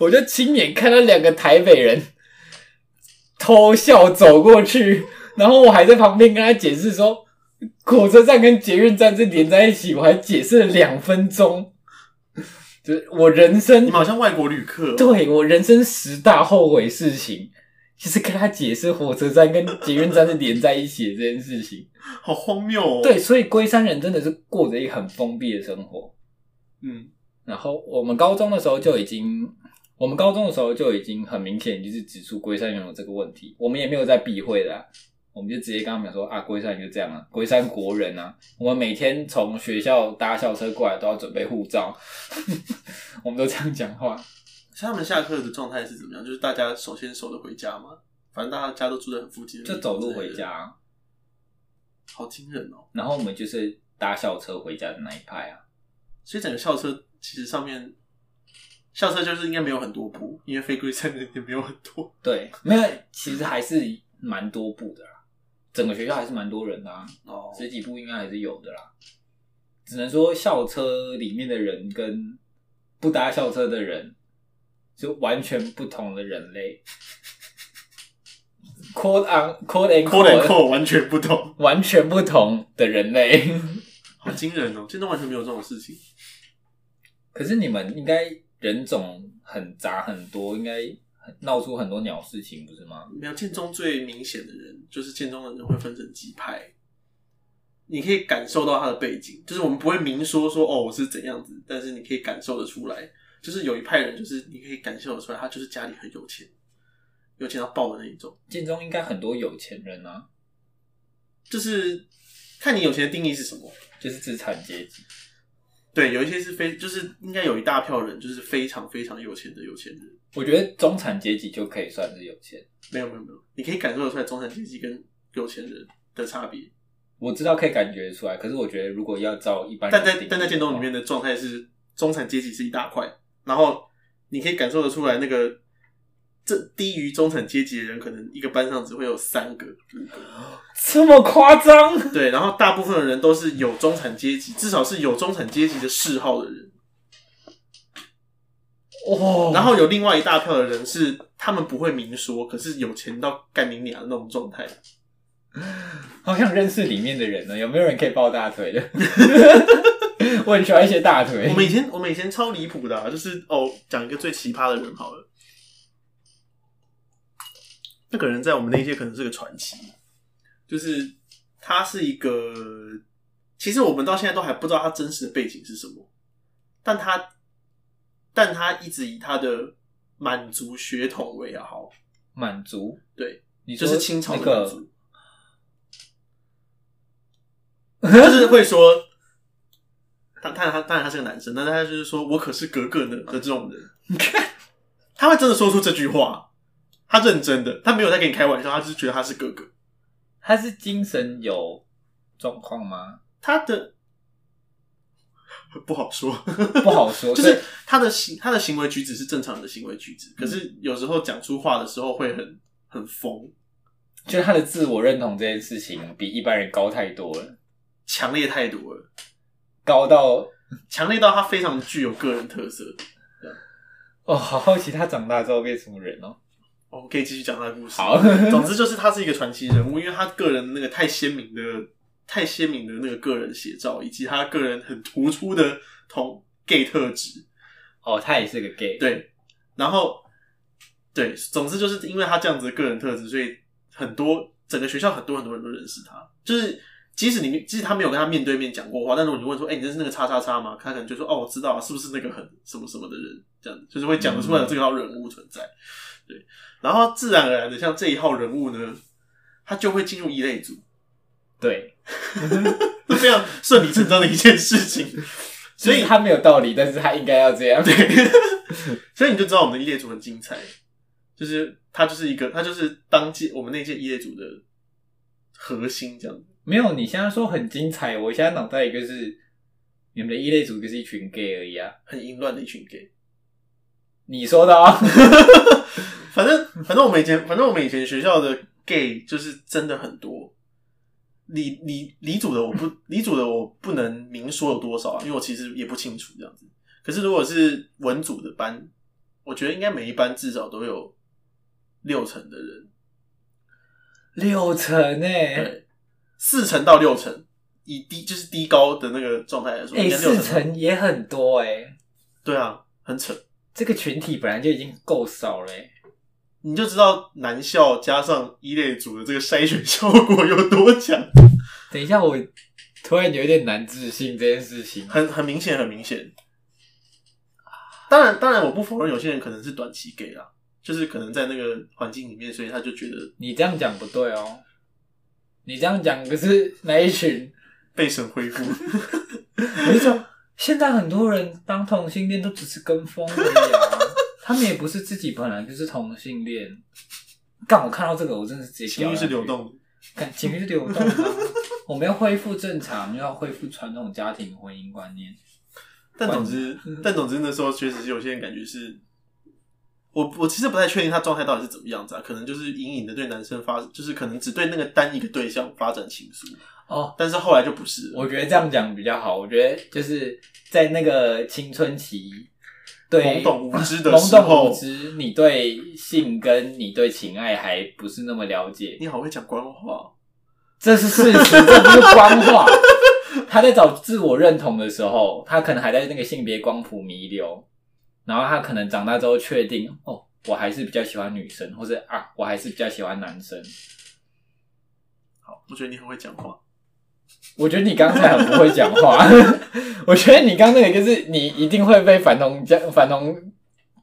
A: 我就亲眼看到两个台北人偷笑走过去，然后我还在旁边跟他解释说，火车站跟捷运站是连在一起，我还解释了两分钟，就是我人生
B: 你们好像外国旅客、哦，
A: 对我人生十大后悔事情，就是跟他解释火车站跟捷运站是连在一起的这件事情。
B: 好荒谬哦。
A: 对，，所以龟山人真的是过着一个很封闭的生活。
B: 嗯，
A: 然后我们高中的时候就已经，我们高中的时候就已经很明显就是指出龟山人有这个问题，我们也没有在避讳啦、我们就直接跟他们讲说啊，龟山人就这样啊，龟山国人啊，我们每天从学校搭校车过来都要准备护照， 我们都这样讲话。
B: 所以他们下课的状态是怎么样？就是大家手牵手的回家吗？反正大家都住在很附近，
A: 就走路回，家、啊，
B: 好惊人哦。
A: 然后我们就是搭校车回家的那一派啊。
B: 所以整个校车其实上面，校车就是应该没有很多部，因为飞龟山的也没有很多。
A: 对，没有，其实还是蛮多部的啦，整个学校还是蛮多人的、啊，
B: 哦
A: 十几部应该还是有的啦。只能说校车里面的人跟不搭校车的人，就完全不同的人类。Code on code and
B: ，call and
A: code，
B: call 完全不同，
A: 完全不同的人类。
B: 好惊人哦！真的完全没有这种事情。
A: 可是你们应该人种很杂很多，应该很闹出很多鸟事情，不是吗？
B: 没有建中最明显的人，就是建中的人会分成几派，你可以感受到他的背景，就是我们不会明说说哦我是怎样子，但是你可以感受得出来，就是有一派人就是你可以感受得出来，他就是家里很有钱，有钱到爆的那一种，
A: 建中应该很多有钱人啊，
B: 就是看你有钱的定义是什么。
A: 就是资产阶级。
B: 对，有一些是非，就是应该有一大票人就是非常非常有钱的有钱人，
A: 我觉得中产阶级就可以算是有钱。
B: 没有没有没有，你可以感受得出来中产阶级跟有钱人的差别。
A: 我知道可以感觉出来，可是我觉得如果要照一般人
B: 但
A: 定
B: 在
A: 义
B: 但在建中里面的状态是中产阶级是一大块，然后你可以感受得出来，那个这低于中产阶级的人，可能一个班上只会有三个、五个，
A: 这么夸张？
B: 对，然后大部分的人都是有中产阶级，至少是有中产阶级的嗜好的人，
A: 哦，
B: 然后有另外一大票的人是他们不会明说，可是有钱到干你娘的那种状态。
A: 好想认识里面的人呢，有没有人可以抱大腿 的？ 我很喜欢一些大腿
B: 我。们以前我们以前超离谱的、啊，就是哦，讲一个最奇葩的人好了。那个人在我们那一届可能是个传奇，就是他是一个，其实我们到现在都还不知道他真实的背景是什么，但他但他一直以他的满族血统为傲，
A: 满族，
B: 对，
A: 你
B: 就
A: 说
B: 是清朝
A: 那
B: 的
A: 个
B: 满 族，就是会说。他他他当然他是个男生，但是他就是说我可是格格呢的这种人， 他会真的说出这句话，他认真的，他没有在跟你开玩笑，他就是觉得他是哥哥。
A: 他是精神有状况吗？
B: 他的 不好说，
A: 不好说，
B: 就
A: 所以嗯
B: 是他的行他的行为举止是正常人的行为举止，可是有时候讲出话的时候会很很疯，
A: 就是他的自我认同这件事情比一般人高太多了，
B: 强烈太多了，
A: 高到
B: 强烈到他非常具有个人特色。
A: 哦，好好奇他长大之后变什么人哦。
B: 我们可以继续讲他的故事。
A: 好
B: 总之就是他是一个传奇人物，因为他个人那个太鲜明的、太鲜明的那个个人写照，以及他个人很突出的同 gay 特质，
A: 哦，他也是个 gay，，
B: 对，然后对，总之就是因为他这样子的个人特质，所以很多整个学校很多很多人都认识他。就是即使你即使他没有跟他面对面讲过话，但如果你问说，哎、你认识那个叉叉叉吗？他可能就说，哦，我知道啊，是不是那个很什么什么的人？这样子就是会讲得出来有这号人物存在。对，然后自然而然的，像这一号人物呢，他就会进入一类组，
A: 对，
B: 是非常顺理成章的一件事情。
A: 所
B: 所以
A: 以他没有道理，但是他应该要这样。
B: 对，所以你就知道我们的一列组很精彩，就是他就是一个，他就是当届我们那届一列组的核心这样子。
A: 没有，你现在说很精彩，我现在脑袋一个是你们的一类组，就是一群 gay 而已啊。
B: 很淫乱的一群 gay，
A: 你说的啊，
B: 反正反正我们以前反正我们以前学校的 gay 就是真的很多。李李李组的我不李组的我不能明说有多少、啊，因为我其实也不清楚这样子。可是如果是文组的班，我觉得应该每一班至少都有六成的人
A: 六成哎、欸，
B: 对，四成到六成，以低就是低高的那个状态来说，
A: 哎、
B: 应该六
A: 四成也很多哎、
B: 对啊，很扯。
A: 这个群体本来就已经够少欸嘞、
B: 你就知道男校加上一类组的这个筛选效果有多强，
A: 等一下，我突然有点难置信这件事情。
B: 很很明显，很明显。当然，当然，我不否认有些人可能是短期给啦，就是可能在那个环境里面，所以他就觉得
A: 你这样讲不对哦，你这样讲可是哪一群？
B: 被神 恢复。
A: 我就说，现在很多人当同性恋都只是跟风而已啊，他们也不是自己本来就是同性恋。干，我看到这个，我真的是直接
B: 情
A: 掉
B: 绪
A: 下
B: 是
A: 去
B: 流，动的，
A: 干情绪是流动的啊、我们要恢复正常，要恢复传统家庭婚姻观念。
B: 但总之， 但总之那时候确实是有些人感觉是，我我其实不太确定他状态到底是怎么样子啊，可能就是隐隐的对男生发，就是可能只对那个单一个对象发展情愫，
A: 哦，
B: 但是后来就不是了。
A: 我觉得这样讲比较好。我觉得就是在那个青春期，对
B: 懵懂无知 的
A: 懵
B: 时
A: 懂无
B: 候，
A: 知，你对性跟你对情爱还不是那么了解，
B: 你好会讲官话，哦
A: 这是事实，这不是官话。他在找自我认同的时候，他可能还在那个性别光谱弥留，然后他可能长大之后确定，哦，我还是比较喜欢女生，或者啊，我还是比较喜欢男生。
B: 好，我觉得你很会讲话。
A: 我觉得你刚才很不会讲话， 我觉得你刚那个就是你一定会被反同家反同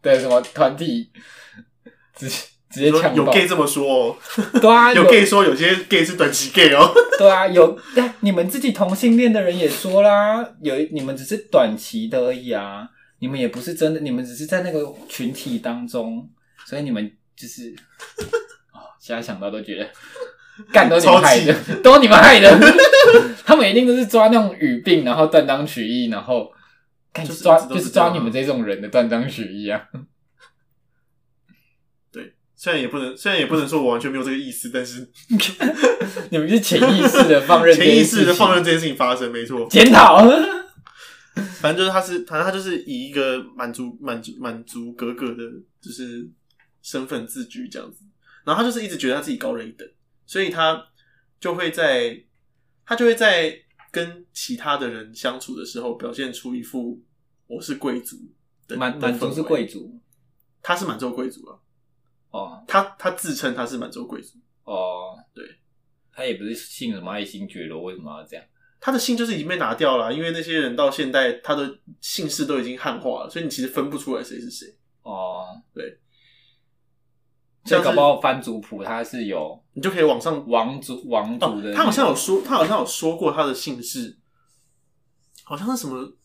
A: 的什么团体 直直接
B: 说
A: 呛
B: 有
A: 爆，
B: gay 这么说哦，
A: 对啊，
B: 有 gay 说有些 gay 是短期 gay 哦，
A: 对啊，有哎你们自己同性恋的人也说啦，有你们只是短期的而已啊，你们也不是真的，你们只是在那个群体当中，所以你们就是， 哦，现在想到都觉得， 干都你们害的， 都你们害的，他们一定都是抓那种语病，然后断章取义，然后。看
B: 就是
A: 抓
B: 一直都
A: 就是是
B: 这样
A: 抓
B: 啊
A: 你们这种人的断章取义啊！
B: 虽然也不能，虽然也不能说我完全没有这个意思，但是
A: 你们是潜意识的放任，
B: 潜意识的放任这件事情发生，没错。
A: 检 讨。
B: 反正就是他是，反正他就是以一个满足满足满足格格的，就是身份自居这样子。然后他就是一直觉得他自己高人一等，所以他就会在他就会在跟其他的人相处的时候，表现出一副我是贵族的
A: 满满族是，
B: 的氛围
A: 贵族
B: 他是满洲贵族啊，
A: 哦
B: 他他自称他是满洲贵族，
A: 哦，
B: 对，
A: 他也不是姓什么爱新觉罗，为什么要这样？
B: 他的姓就是已经被拿掉了啊、因为那些人到现代他的姓氏都已经汉化了，所以你其实分不出来谁是谁。
A: 哦，
B: 对，
A: 这搞
B: 像是
A: 不好番族谱它是有
B: 你就可以往上
A: 王族 王族
B: 哦
A: 的那个、，
B: 他好像有说，他好像有说过他的姓氏，好像是什么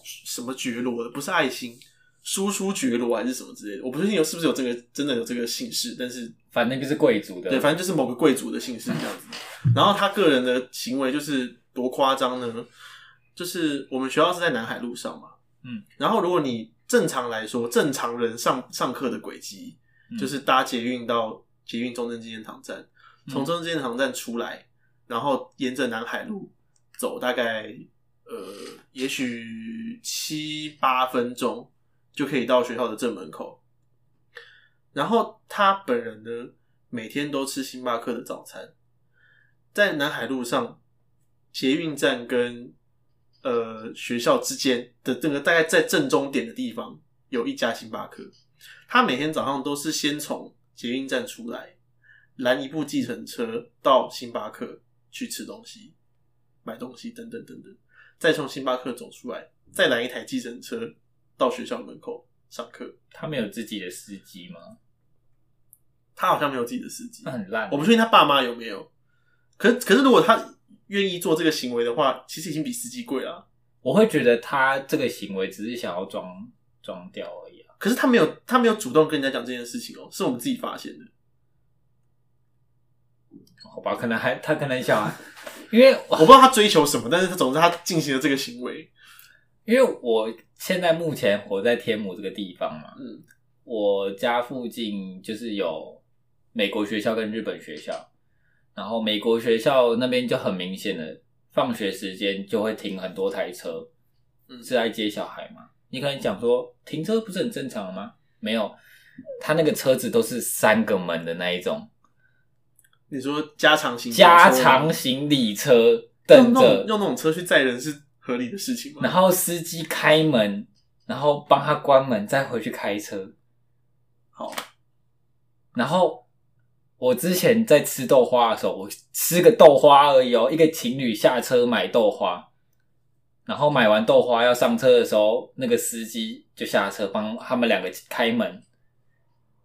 B: 什么觉罗的，不是爱心，叔叔觉罗还是什么之类的，我不确定有是不是有这个真的有这个姓氏，但是
A: 反正就是贵族的，
B: 对，反正就是某个贵族的姓氏这样子。然后他个人的行为就是多夸张呢？就是我们学校是在南海路上嘛，
A: 嗯，
B: 然后如果你正常来说，正常人上上课的轨迹
A: 嗯
B: 就是搭捷运到捷运中正纪念堂站，从中正纪念堂站出来，然后沿着南海路走，大概呃，也许七八分钟就可以到学校的正门口。然后他本人呢，每天都吃星巴克的早餐，在南海路上捷运站跟呃学校之间的这个大概在正中点的地方有一家星巴克。他每天早上都是先从捷运站出来，拦一部计程车到星巴克去吃东西、买东西等等等等，再从星巴克走出来，再拦一台计程车到学校门口上课。
A: 他们有自己的司机吗？
B: 他好像没有自己的司机
A: 那，很烂，
B: 我不确定他爸妈有没有。可可是如果他愿意做这个行为的话，其实已经比司机贵了啊。
A: 我会觉得他这个行为只是想要装装掉而已啊。
B: 可是他没有，他没有主动跟人家讲这件事情哦、是我们自己发现的。
A: 好吧，可能还他可能想啊，因为
B: 我不知道他追求什么，但是他总之他进行了这个行为。
A: 因为我现在目前活在天母这个地方嘛，
B: 嗯，
A: 我家附近就是有美国学校跟日本学校，然后美国学校那边就很明显的，放学时间就会停很多台车，
B: 嗯
A: 是来接小孩嘛。你可能讲说停车不是很正常吗？没有，他那个车子都是三个门的那一种
B: 你说加长型
A: 加长行李车，
B: 用
A: 等
B: 那种
A: 着，
B: 用那种车去载人是合理的事情吗？
A: 然后司机开门，然后帮他关门，再回去开车。
B: 好，
A: 然后我之前在吃豆花的时候，我吃个豆花而已哦，一个情侣下车买豆花，然后买完豆花要上车的时候，那个司机就下车帮他们两个开门，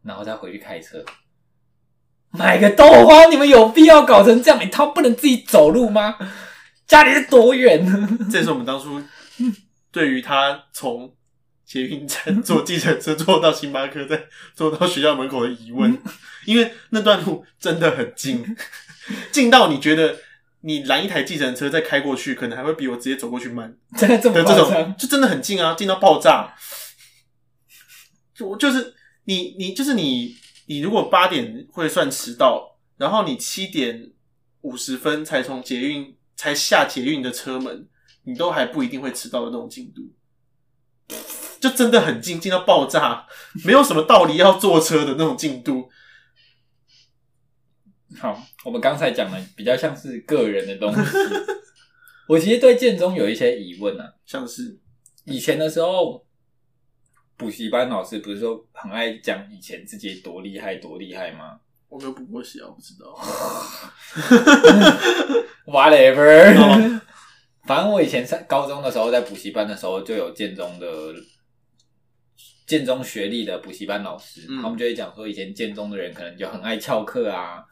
A: 然后再回去开车。买个豆花，你们有必要搞成这样？你欸他不能自己走路吗？家里是多远？
B: 这也是我们当初对于他从捷运站坐计程车坐到星巴克，再坐到学校门口的疑
A: 嗯
B: 问，因为那段路真的很近，近到你觉得你拦一台计程车再开过去，可能还会比我直接走过去慢
A: 真的这么
B: 的
A: 夸
B: 这
A: 张
B: 种，？就真的很近啊，近到爆炸。就我就是你，你就是你，你如果八点会算迟到，然后你七点五十分才从捷运才下捷运的车门，你都还不一定会迟到的那种进度，就真的很近，近到爆炸，没有什么道理要坐车的那种进度。
A: 好，我们刚才讲的比较像是个人的东西。 我其实对建中有一些疑问啊。
B: 像是
A: 以前的时候，补习班老师不是说很爱讲以前自己多厉害多厉害吗
B: 我没有补过习啊，我不知道。
A: ？Whatever，、
B: 哦
A: 反正我以前上高中的时候，在补习班的时候就有建中的建中学历的补习班老师，
B: 嗯
A: 他们就会讲说，以前建中的人可能就很爱翘课啊，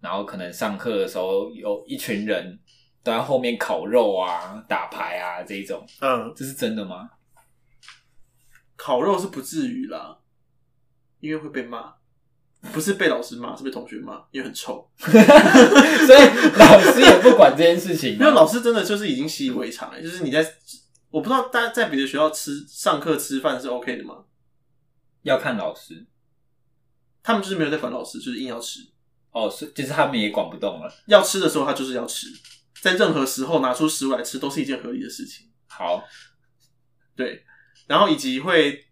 A: 然后可能上课的时候有一群人都在后面烤肉啊、打牌啊这一种，
B: 嗯，
A: 这是真的吗？
B: 烤肉是不至于啦，因为会被骂，不是被老师骂，是被同学骂，因为很臭。
A: 所以老师也不管这件事情吗，啊
B: 没有老师真的就是已经习以为常了，就是你在我不知道大家在别的学校吃上课吃饭是 OK 的吗？
A: 要看老师。
B: 他们就是没有在管老师，就是硬要吃。
A: 哦，是就是他们也管不动了。
B: 要吃的时候，他就是要吃，在任何时候拿出食物来吃都是一件合理的事情。
A: 好，
B: 对，然后以及会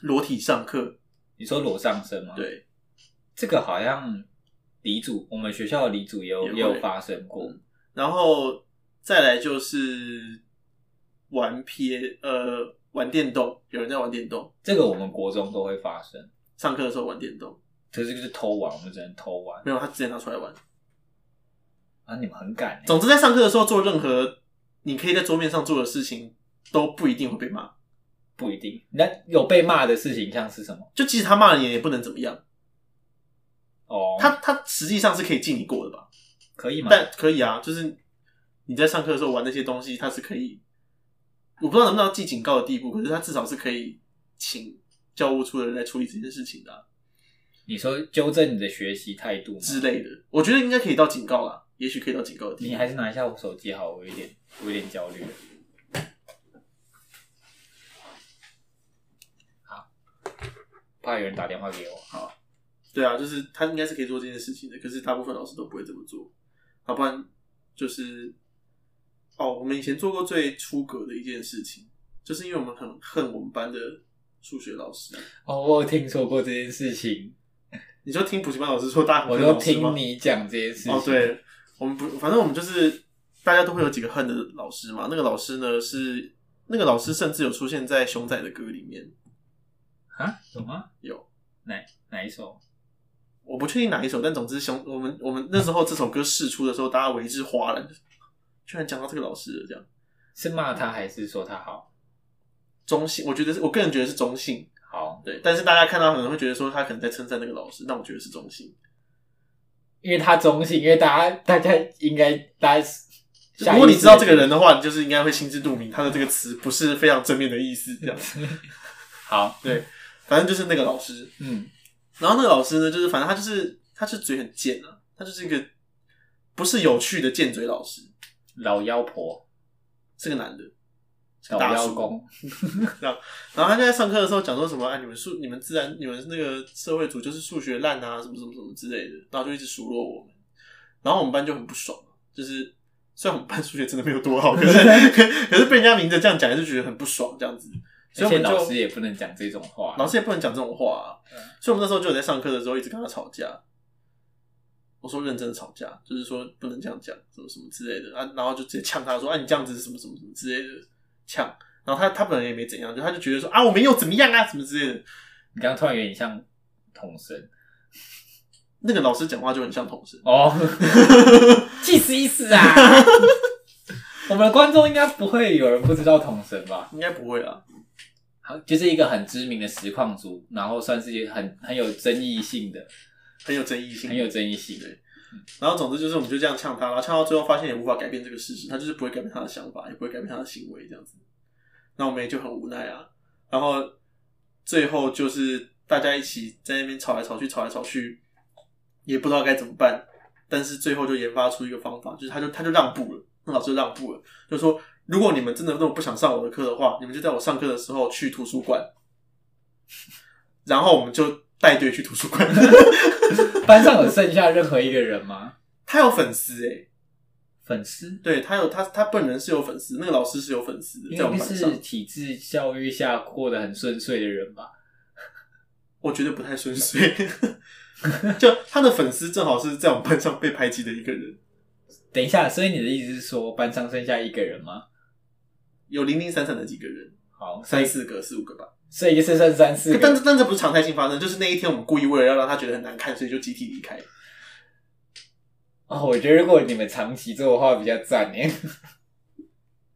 B: 裸体上课，
A: 你说裸上身吗？，
B: 对，
A: 这个好像李主，我们学校的李主也有
B: 也会嗯
A: 也有发生过。
B: 然后再来就是玩 P 呃玩电动，有人在玩电动，
A: 这个我们国中都会发生，
B: 上课的时候玩电动，
A: 可是就是偷玩，我们只能偷玩
B: 没有他直接拿出来玩。
A: 啊！你们很敢、欸，
B: 总之，在上课的时候做任何你可以在桌面上做的事情，都不一定会被骂。
A: 不一定。那有被骂的事情像是什么？
B: 就即使他骂你，也不能怎么样。
A: 哦，
B: 他他实际上是可以记你过的吧？
A: 可以吗？
B: 但可以啊，就是你在上课的时候玩那些东西，他是可以，我不知道能不能到记警告的地步，可是他至少是可以请教务处的人来处理这件事情的啊、
A: 你说纠正你的学习态度吗？
B: 之类的。我觉得应该可以到警告啦，也许可以到警告的地步。
A: 你还是拿一下我手机好，我有点我有点焦虑了。好，怕有人打电话给我。好，
B: 对啊，就是他应该是可以做这件事情的，可是大部分老师都不会这么做，要不然就是哦，我们以前做过最出格的一件事情，就是因为我们很恨我们班的数学老师。啊
A: 哦，我有听说过这件事情，
B: 你就听补习班老师说大家很
A: 我
B: 恨老
A: 都
B: 师吗
A: 听你讲这件事情。
B: 哦，，对，我们不，反正我们就是大家都会有几个恨的老师嘛。那个老师呢是那个老师，甚至有出现在熊仔的歌里面，
A: 啊，有吗？
B: 有，
A: 哪哪一首？
B: 我不确定哪一首，但总之熊我们我们那时候这首歌试出的时候，大家为之哗然，就是居然讲到这个老师了，这样
A: 是骂他还是说他好？
B: 中性，我觉得是我个人觉得是中性，
A: 好，
B: 对。但是大家看到可能会觉得说他可能在称赞那个老师，但我觉得是中性。
A: 因为他中性，因为大家大家应该大家
B: 就
A: 下意识。
B: 如果你知道这个人的话，你就是应该会心知肚明，他的这个词不是非常正面的意思，这样。
A: 好，
B: 反正就是那个老师，
A: 嗯，
B: 然后那个老师呢，就是反正他就是他是嘴很贱啊，他就是一个不是有趣的贱嘴老师，
A: 老妖婆、
B: 是个男的，是个
A: 老
B: 大
A: 妖
B: 叔。
A: 公，
B: 然后他就在上课的时候讲说什么啊，你们数、你们自然、你们那个社会组就是数学烂啊，什么什么什么之类的，然后就一直数落我们。然后我们班就很不爽，就是虽然我们班数学真的没有多好，可是 可是被人家明着这样讲，还是觉得很不爽这样子。所
A: 而
B: 以我
A: 且
B: 们就
A: 老师也不能讲这种话。
B: 老师也不能讲这种话、啊
A: 嗯，
B: 所以我们那时候就有在上课的时候一直跟他吵架。我说认真的吵架，就是说不能这样讲，什么什么之类的啊，然后就直接呛他说啊你这样子是什么什么什么之类的呛，然后他他本人也没怎样，就他就觉得说啊我没有怎么样啊什么之类的，
A: 你刚刚突然有点像童声
B: 那个老师讲话就很像童声，
A: 哦，气死一死啊！ 我们的观众应该不会有人不知道童声吧？
B: 应该不会啦，
A: 好，就是一个很知名的实况组，然后算是一个很很有争议性的，
B: 很有争议性，
A: 很有争议性
B: 对
A: 的。
B: 然后总之就是我们就这样呛他，然后呛到最后发现也无法改变这个事实，他就是不会改变他的想法，也不会改变他的行为这样子。那我们也就很无奈啊。然后最后就是大家一起在那边吵来吵去，吵来吵去，也不知道该怎么办。但是最后就研发出一个方法，就是他就他就让步了，那老师就让步了，就说如果你们真的那么不想上我的课的话，你们就在我上课的时候去图书馆。 然后我们就带队去图书馆。
A: 班上有剩下任何一个人吗？
B: 他有粉丝哎、
A: 粉丝
B: 对他有他他本人是有粉丝，那个老师是有粉丝的，
A: 应
B: 在我
A: 该
B: 们班上
A: 是，体制教育下过得很顺遂的人吧？
B: 我觉得不太顺遂。 就他的粉丝正好是在我们班上被排挤的一个人，
A: 等一下，所以你的意思是说班上剩下一个人吗？
B: 有零零散散的几个人，
A: 好，所
B: 三
A: 以
B: 四个、四五个吧。
A: 所以就剩剩三四
B: 但
A: 个。
B: 这但这不是常态性发生，就是那一天我们故意为了要让他觉得很难看，所以就集体离开。
A: 哦，我觉得如果你们长期做的话，比较赞 耶。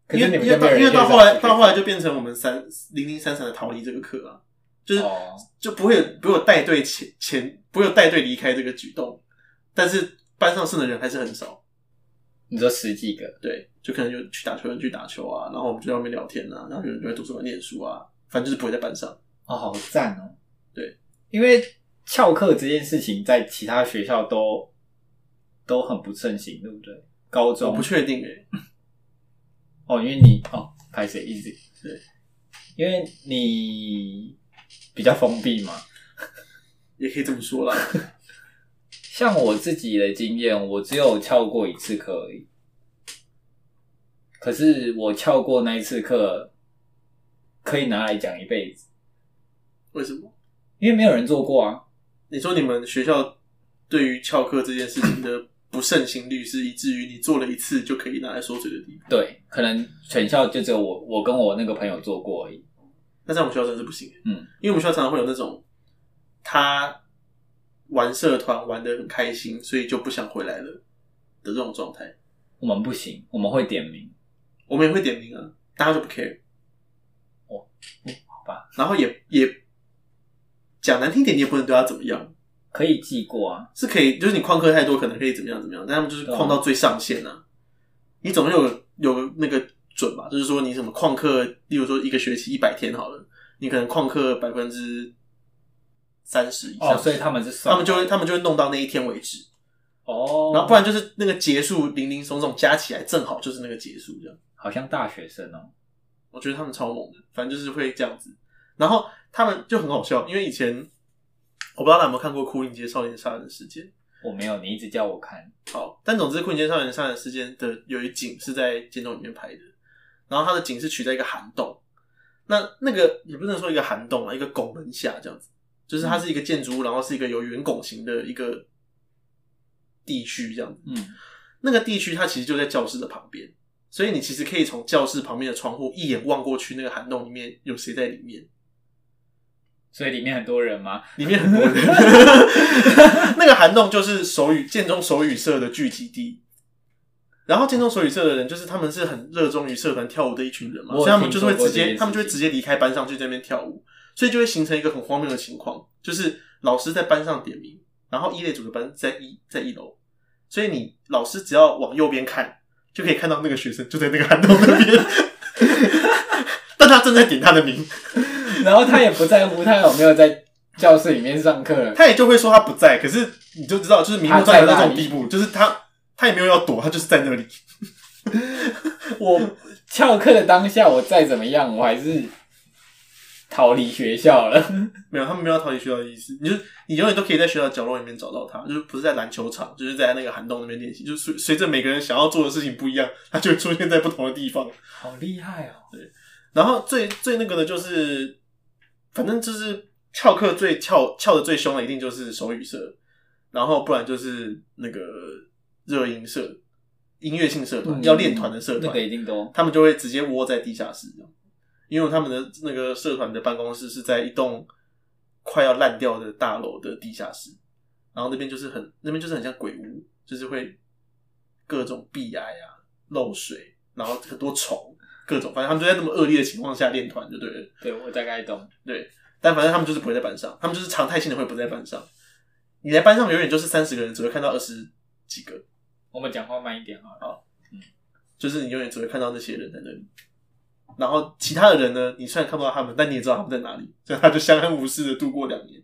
A: 可
B: 因
A: 是
B: 为
A: 你们就没
B: 因为
A: 有
B: 到
A: 人
B: 因为到
A: 可以
B: 后来
A: 上去
B: 到后来就变成我们三零零散散的逃离这个课啊，就是、
A: 哦
B: 就不会有不会有带队前前不会有带队离开这个举动，但是班上剩的人还是很少。
A: 你说十几个，
B: 对，就可能就去打球，人去打球啊，然后我们就在外面聊天啊，然后有人就在图书馆念书啊，反正就是不会在班上。
A: 哦，好赞哦！
B: 对，
A: 因为翘课这件事情在其他学校都都很不盛行，对不对？高
B: 我
A: 中啊
B: 不确定诶、欸
A: 哦，因为你哦，拍谁一直
B: 对，
A: 因为你比较封闭嘛，
B: 也可以这么说啦。
A: 像我自己的经验，我只有翘过一次课而已。可是我翘过那一次课，可以拿来讲一辈子，
B: 为什么？
A: 因为没有人做过啊。
B: 你说你们学校对于翘课这件事情的不盛行率，是以至于你做了一次就可以拿来说嘴的地步？
A: 对，可能全校就只有我，我跟我那个朋友做过而已。
B: 那在我们学校真的是不行，欸
A: 嗯，
B: 因为我们学校常常会有那种他玩社团玩的很开心，所以就不想回来了的这种状态。
A: 我们不行，我们会点名。
B: 我们也会点名啊，大家就不 care。
A: 哦嗯，好吧。
B: 然后也也讲难听点，你也不能对他怎么样，
A: 可以记过啊，
B: 是可以，就是你旷课太多，可能可以怎么样怎么样，但他们就是
A: 对啊
B: 旷到最上限啊。你总要有有个那个准吧，就是说你什么旷课，例如说一个学期一百天好了，你可能旷课百分之三十以
A: 哦，
B: 上，
A: 所以他们是算
B: 他们就会他们就会弄到那一天为止，
A: 哦，
B: 然后不然就是那个结束零零总总加起来正好就是那个结束这样。
A: 好像大学生哦，
B: 我觉得他们超猛的，反正就是会这样子。然后他们就很好笑，因为以前我不知道大家有没有看过《牯岭街少年杀人事件》。
A: 我没有，你一直叫我看，
B: 好，但总之，《困境少年杀人事件》的有一景是在监洞里面拍的，然后它的景是取在一个涵洞，那那个也不能说一个涵洞啊，一个拱门下这样子，就是它是一个建筑物，然后是一个有圆拱形的一个地区这样子。
A: 嗯，
B: 那个地区它其实就在教室的旁边，所以你其实可以从教室旁边的窗户一眼望过去，那个涵洞里面有谁在里面，
A: 所以里面很多人吗？
B: 里面很多人。 那个涵洞就是手语建中手语社的聚集地。然后建中手语社的人，就是他们是很热衷于社团跳舞的一群人嘛，
A: 我有
B: 所以他们就是会直
A: 听说过这件事
B: 接，
A: 情
B: 他们就会直接离开班上去这边跳舞，所以就会形成一个很荒谬的情况，就是老师在班上点名，然后一类组的班在一在一楼，所以你老师只要往右边看，就可以看到那个学生就在那个涵洞那 边，但他正在点他的名，
A: 然后他也不在乎他有没有在教室里面上 课，
B: 他也就会说他不在，可是你就知道，就是明目张胆到这种地步，就是他他也没有要躲，他就是在那里。
A: 我翘课的当下，我再怎么样，我还是逃离学校了。
B: 没有，他们没有要逃离学校的意思。你就你永远都可以在学校角落里面找到他，就是不是在篮球场，就是在那个涵洞那边练习。就是随随着每个人想要做的事情不一样，他就会出现在不同的地方。
A: 好厉害哦！
B: 然后最最那个的就是，反正就是翘课最翘翘的最凶的，一定就是手语社，然后不然就是那个热音社、音乐性社团、嗯要练团的社团，
A: 那个一定都
B: 他们就会直接窝在地下室这样，因为他们的那个社团的办公室是在一栋快要烂掉的大楼的地下室，然后那边就是很那边就是很像鬼屋，就是会各种壁癌啊、漏水，然后很多虫，各种反正他们就在那么恶劣的情况下练团就对了。
A: 对我大概懂。
B: 但反正他们就是不会在班上，他们就是常态性的会不在班上。你来班上永远就是三十个人，只会看到二十几个，
A: 我们讲话慢一点好了。
B: 就是你永远只会看到那些人在那里。然后其他的人呢，你虽然看不到他们，但你也知道他们在哪里，所以他就相安无事的度过两年。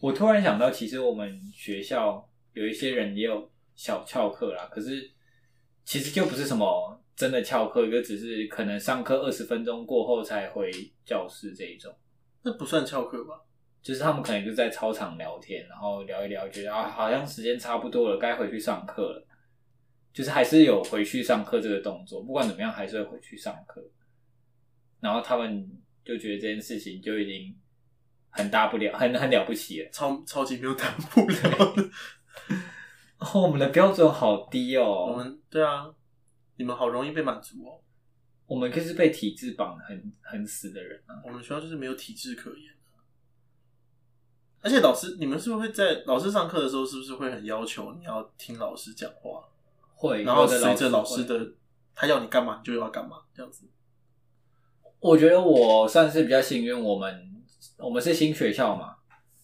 A: 我突然想到，其实我们学校有一些人也有小翘课啦，可是其实就不是什么真的翘课，就只是可能上课二十分钟过后才回教室这一种。
B: 那不算翘课吧？
A: 就是他们可能就在操场聊天，然后聊一聊，觉得啊，好像时间差不多了，该回去上课了。就是还是有回去上课这个动作，不管怎么样还是会回去上课。然后他们就觉得这件事情就已经很大不了，很很了不起了。
B: 超超级没有大不了的。
A: 哦，我们的标准好低哦，
B: 我们对啊，你们好容易被满足哦。
A: 我们就是被体制绑得很很死的人啊。
B: 我们学校就是没有体制可言。而且老师，你们是不是会在老师上课的时候，是不是会很要求你要听老师讲话，
A: 会，
B: 然后
A: 有的
B: 随着老
A: 会
B: 师的他要你干嘛，你就要干嘛这样子？
A: 我觉得我算是比较幸运，我们我们是新学校嘛，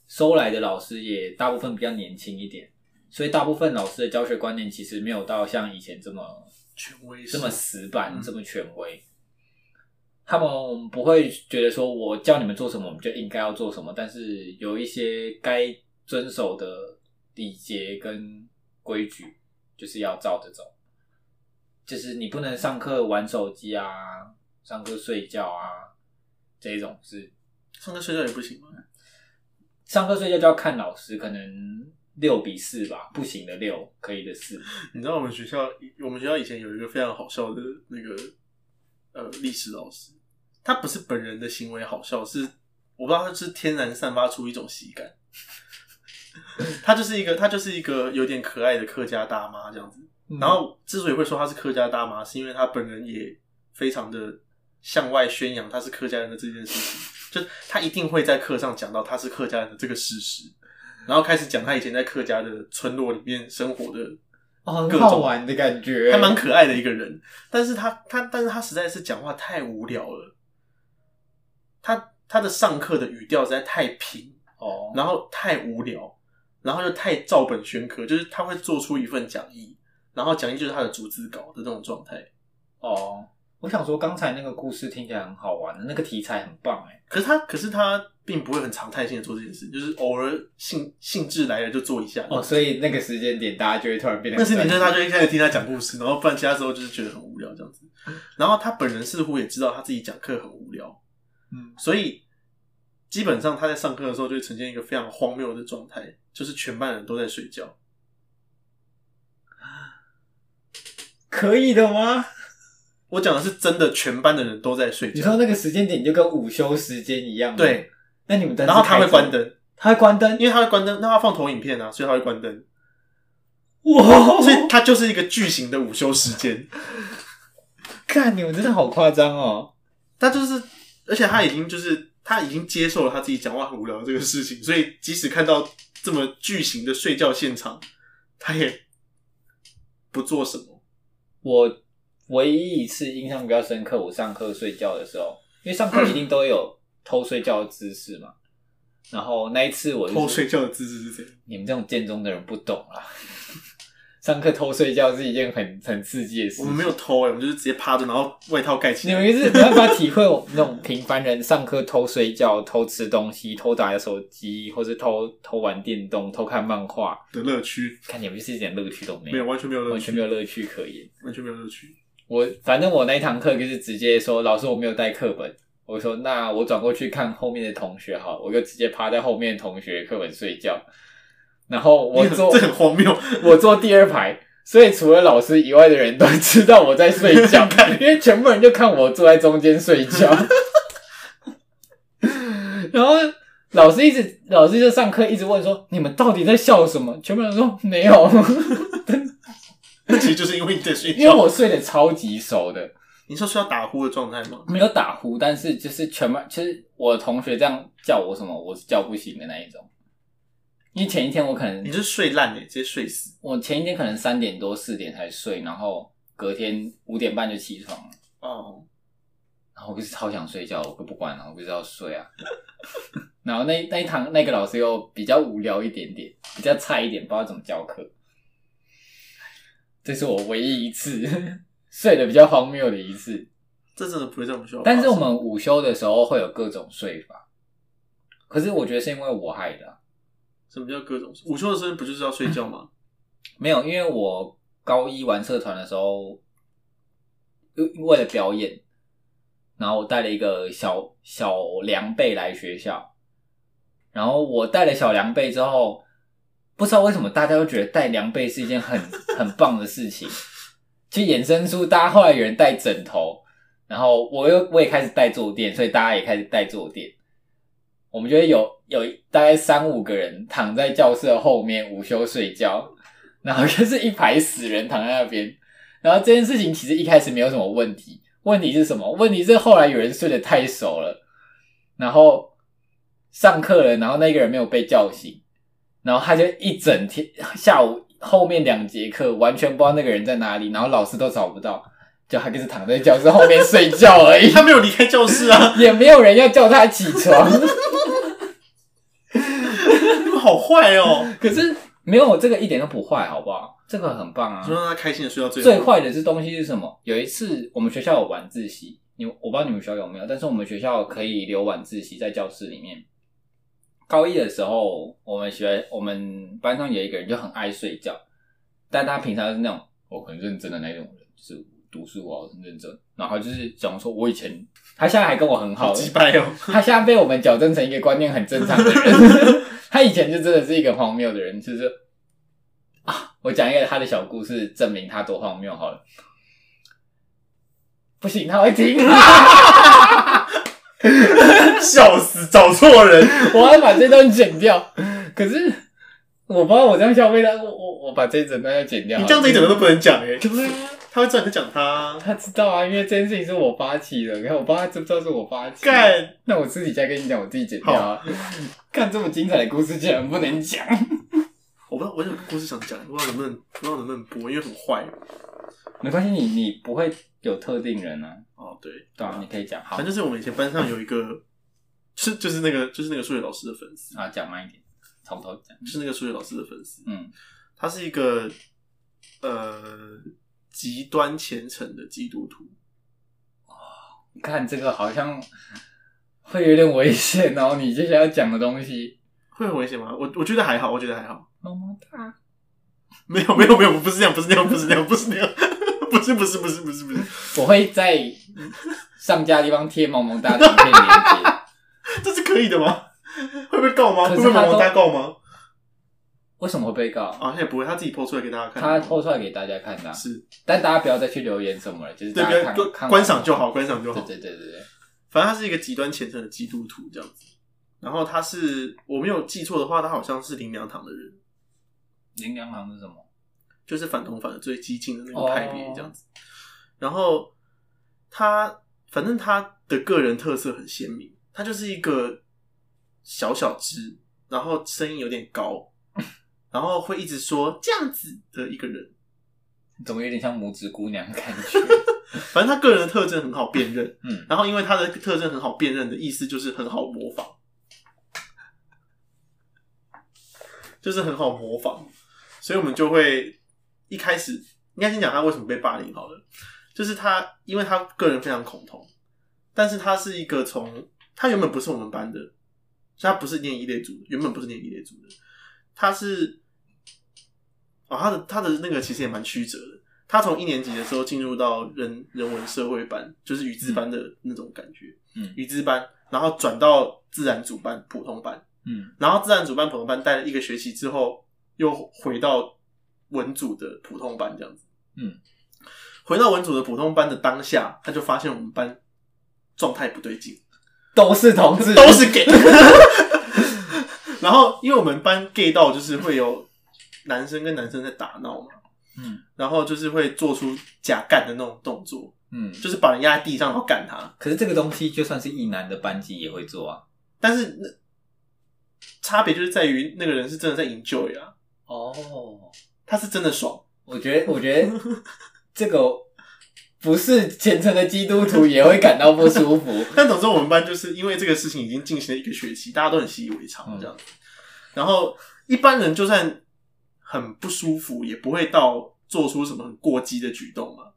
A: 收来的老师也大部分比较年轻一点，所以大部分老师的教学观念其实没有到像以前这么
B: 权威式
A: 这么死板、
B: 嗯
A: 这么权威。他们不会觉得说我叫你们做什么，我们就应该要做什么，但是有一些该遵守的礼节跟规矩，就是要照着走。就是你不能上课玩手机啊，上课睡觉啊，这一种是
B: 上课睡觉也不行吗？
A: 上课睡觉就要看老师，可能六比四吧，不行的六，可以的四。
B: 你知道我们学校，我们学校以前有一个非常好笑的那个呃历史老师，他不是本人的行为好笑，是我不知道他是天然散发出一种喜感。他就是一个，他就是一个有点可爱的客家大妈这样子。然
A: 嗯
B: 后之所以会说她是客家大妈，是因为她本人也非常的向外宣扬她是客家人的这件事情，就她一定会在课上讲到她是客家人的这个事实，然后开始讲她以前在客家的村落里面生活的，
A: 哦，
B: 各
A: 很
B: 种
A: 好玩的感觉，
B: 还蛮可爱的一个人。但是她她但是她实在是讲话太无聊了，她她的上课的语调实在太平，
A: 哦，
B: 然后太无聊，然后又太照本宣科，就是他会做出一份讲义，然后讲义就是他的逐字稿的这种状态。
A: 哦，我想说刚才那个故事听起来很好玩，那个题材很棒哎。
B: 可是他，可是他并不会很常态性的做这件事，就是偶尔兴兴致来了就做一下。
A: 哦，所以那个时间点大家就会突然变得
B: 那
A: 很
B: 是
A: 专
B: 你
A: 注，
B: 就是他就一开始听他讲故事，然后不然其他时候就是觉得很无聊这样子。然后他本人似乎也知道他自己讲课很无聊，
A: 嗯
B: 所以基本上他在上课的时候就会呈现一个非常荒谬的状态，就是全班人都在睡觉。
A: 可以的吗？
B: 我讲的是真的，全班的人都在睡
A: 你
B: 觉。
A: 说那个时间点就跟午休时间一样吗，
B: 对，
A: 那你们灯是
B: 然后他会
A: 开着
B: 关
A: 的，
B: 灯，
A: 他会关灯，
B: 因为他会关灯，那他放投影片啊，所以他会关灯，
A: 哇！
B: 所以他就是一个巨型的午休时间。
A: 看你们真的好夸张哦。
B: 他就是，而且他已经就是他已经接受了他自己讲话很无聊的这个事情，所以即使看到这么巨型的睡觉现场，他也不做什么。
A: 我唯一一次印象比较深刻，我上课睡觉的时候，因为上课一定都有偷睡觉的姿势嘛。然后那一次我就是
B: 偷睡觉的姿势是这样，
A: 你们这种建中的人不懂啦。 上课偷睡觉是一件很很刺激的事
B: 我们没
A: 情。
B: 有偷哎、我们就是直接趴着，然后外套盖起
A: 你
B: 来。
A: 们是没办法体会我们那种平凡人上课偷睡觉、偷吃东西、偷打手机，或是偷偷玩电动、偷看漫画，
B: 的乐趣
A: 看你们就是一点乐趣都没
B: 没有，完全没有乐趣，
A: 完全没有乐趣可言。
B: 完全没有乐趣。
A: 我反正我那一堂课就是直接说，老师我没有带课本，我说那我转过去看后面的同学好，我就直接趴在后面同学课本睡觉，然后我坐
B: 这很荒谬，
A: 我坐第二排，所以除了老师以外的人都知道我在睡 觉，因为全部人就看我坐在中间睡觉。 然后老师一直，老师就上课一直问说：“你们到底在笑什么？”全部人说：“没 有，
B: 那其实就是因为你在睡
A: 因为
B: 觉。
A: 我睡得超级熟的，
B: 你说需要打呼的状态吗？
A: 没有打呼，但是就是全班，就是我同学这样叫我什么，我是叫不醒的那一种。因为前一天我可能
B: 你就是睡烂哎、直接睡死。
A: 我前一天可能三点多四点才睡，然后隔天五点半就起床了。
B: 哦，
A: 然后我就是超想睡觉，我就不管了，我就是要睡啊。 然后那那一堂那个老师又比较无聊一点点，比较菜一点，不知道怎么教课。这是我唯一一次睡得比较荒谬的一次。
B: 这真的不会在我们学校发
A: 但
B: 生。
A: 是我们午休的时候会有各种睡法，可是我觉得是因为我害的啊、
B: 什么叫各种午休的时间不就是要睡觉 吗？
A: 没有，因为我高一玩社团的时候，为为了表演，然后我带了一个小小凉被来学校，然后我带了小凉被之后，不知道为什么大家都觉得带凉被是一件很很棒的事情，就衍生出大家后来有人带枕头，然后我又我也开始带坐垫，所以大家也开始带坐垫。我们就会有有大概三五个人躺在教室的后面午休睡觉，然后就是一排死人躺在那边。然后这件事情其实一开始没有什么问题，问题是什么？问题是后来有人睡得太熟了，然后上课了，然后那个人没有被叫醒，然后他就一整天下午后面两节课完全不知道那个人在哪里，然后老师都找不到，就他就是躺在教室后面睡觉而已。
B: 哎他没有离开教室啊！
A: 也没有人要叫他起床，
B: 你们好坏哦！
A: 可是没有这个一点都不坏，好不好？这个很棒
B: 就
A: 啊！
B: 让他开心的睡到最
A: 最
B: 后。
A: 坏的是东西是什么？有一次我们学校有晚自习，你我不知道你们学校有没有，但是我们学校可以留晚自习在教室里面。高一的时候，我们学我们班上有一个人就很爱睡觉，但他平常是那种我很认真的那种人，就是读书哦，很认真。然后就是讲说，我以前他现在还跟我很好
B: 好，鸡掰哦。
A: 他现在被我们矫正成一个观念很正常的 人。他以前就真的是一个荒谬的人，就是啊，我讲一个他的小故事，证明他多荒谬好了。不行，他会听。
B: 笑死，找错人。
A: 我要把这段剪掉。可是我不知道我这样消费他，我我我把这一整段要剪掉。
B: 你这样子一整个都不能讲哎、
A: 啊对啊，
B: 他会知道你在讲他啊。
A: 他知道啊，因为这件事情是我发起的，然后我不知道他知不知道是我发起的。
B: 干，
A: 那我私底下跟你讲，我自己剪掉啊。 看这么精彩的故事，竟然不能讲。
B: 我不知道，我有个故事想讲，不知道能不能，不知道能不能播，因为很坏。
A: 没关系，你你不会有特定人啊，
B: 哦，对，
A: 对啊，你可以讲好
B: 反正就是我们以前班上有一个， 就是就是那个就是那个数学老师的粉丝，
A: 啊，讲慢一点，从头讲。
B: 就是那个数学老师的粉丝，
A: 嗯
B: 他是一个呃极端虔诚的基督徒。
A: 看这个好像会有点危险哦，你接下来要讲的东西。
B: 会很危险吗？我我觉得还好，我觉得还好。
A: 么么哒，
B: 没有没有没有，不是这样，不是这样，不是这样，不是这样， 不是不是不是不是不是，
A: 我会在上架地方贴萌萌哒的影片链 接。
B: 这是可以的吗？ 会被告吗？
A: 可
B: 会
A: 是
B: 被
A: 他
B: 毛毛
A: 都
B: 大告吗？
A: 为什么会被告？
B: 啊，他也不会，他自己剖出来给大家看。
A: 他偷出来给大家看的啊、
B: 是
A: 但大家不要再去留言什么了，就是
B: 对，
A: 大
B: 不
A: 家
B: 要
A: 看
B: 就
A: 看完
B: 观赏就好，观赏就
A: 对
B: 好。
A: 对对对对，
B: 反正他是一个极端虔诚的基督徒这样子。然后他是我没有记错的话，他好像是林良堂的人，
A: 林良堂是什么？
B: 就是反同反的最激进的那个派别这样子。然后他反正他的个人特色很鲜明，他就是一个小小只，然后声音有点高，然后会一直说这样子的一个人。
A: 怎么有点像拇指姑娘的感觉？
B: 反正他个人的特征很好辨认，
A: 嗯，
B: 然后因为他的特征很好辨认的意思就是很好模仿，就是很好模仿，所以我们就会一开始应该先讲他为什么被霸凌好了，就是他因为他个人非常恐同，但是他是一个从他原本不是我们班的，所以他不是念一类组的，原本不是念一类组的，他是哦他的他的那个其实也蛮曲折的。他从一年级的时候进入到人人文社会班，就是语资班的那种感觉，
A: 嗯
B: 语资班，然后转到自然组班、普通班，
A: 嗯
B: 然后自然组班、普通班待了一个学期之后，又回到文组的普通班这样子。
A: 嗯，
B: 回到文组的普通班的当下，他就发现我们班状态不对 劲，
A: 都是同志，
B: 都是 gay。然后，因为我们班 gay 到就是会有男生跟男生在打闹嘛，
A: 嗯
B: 然后就是会做出假干的那种动作，
A: 嗯。
B: 就是把人压在地上然后干他。
A: 可是这个东西就算是一男的班级也会做啊。
B: 但是那差别就是在于那个人是真的在 enjoy 啊，
A: 哦，
B: 他是真的爽。
A: 我觉得，我觉得这个不是虔诚的基督徒也会感到不舒服。
B: 但总之，我们班就是因为这个事情已经进行了一个学期，大家都很习以为常这样子。然后一般人就算很不舒服，也不会到做出什么很过激的举动嘛。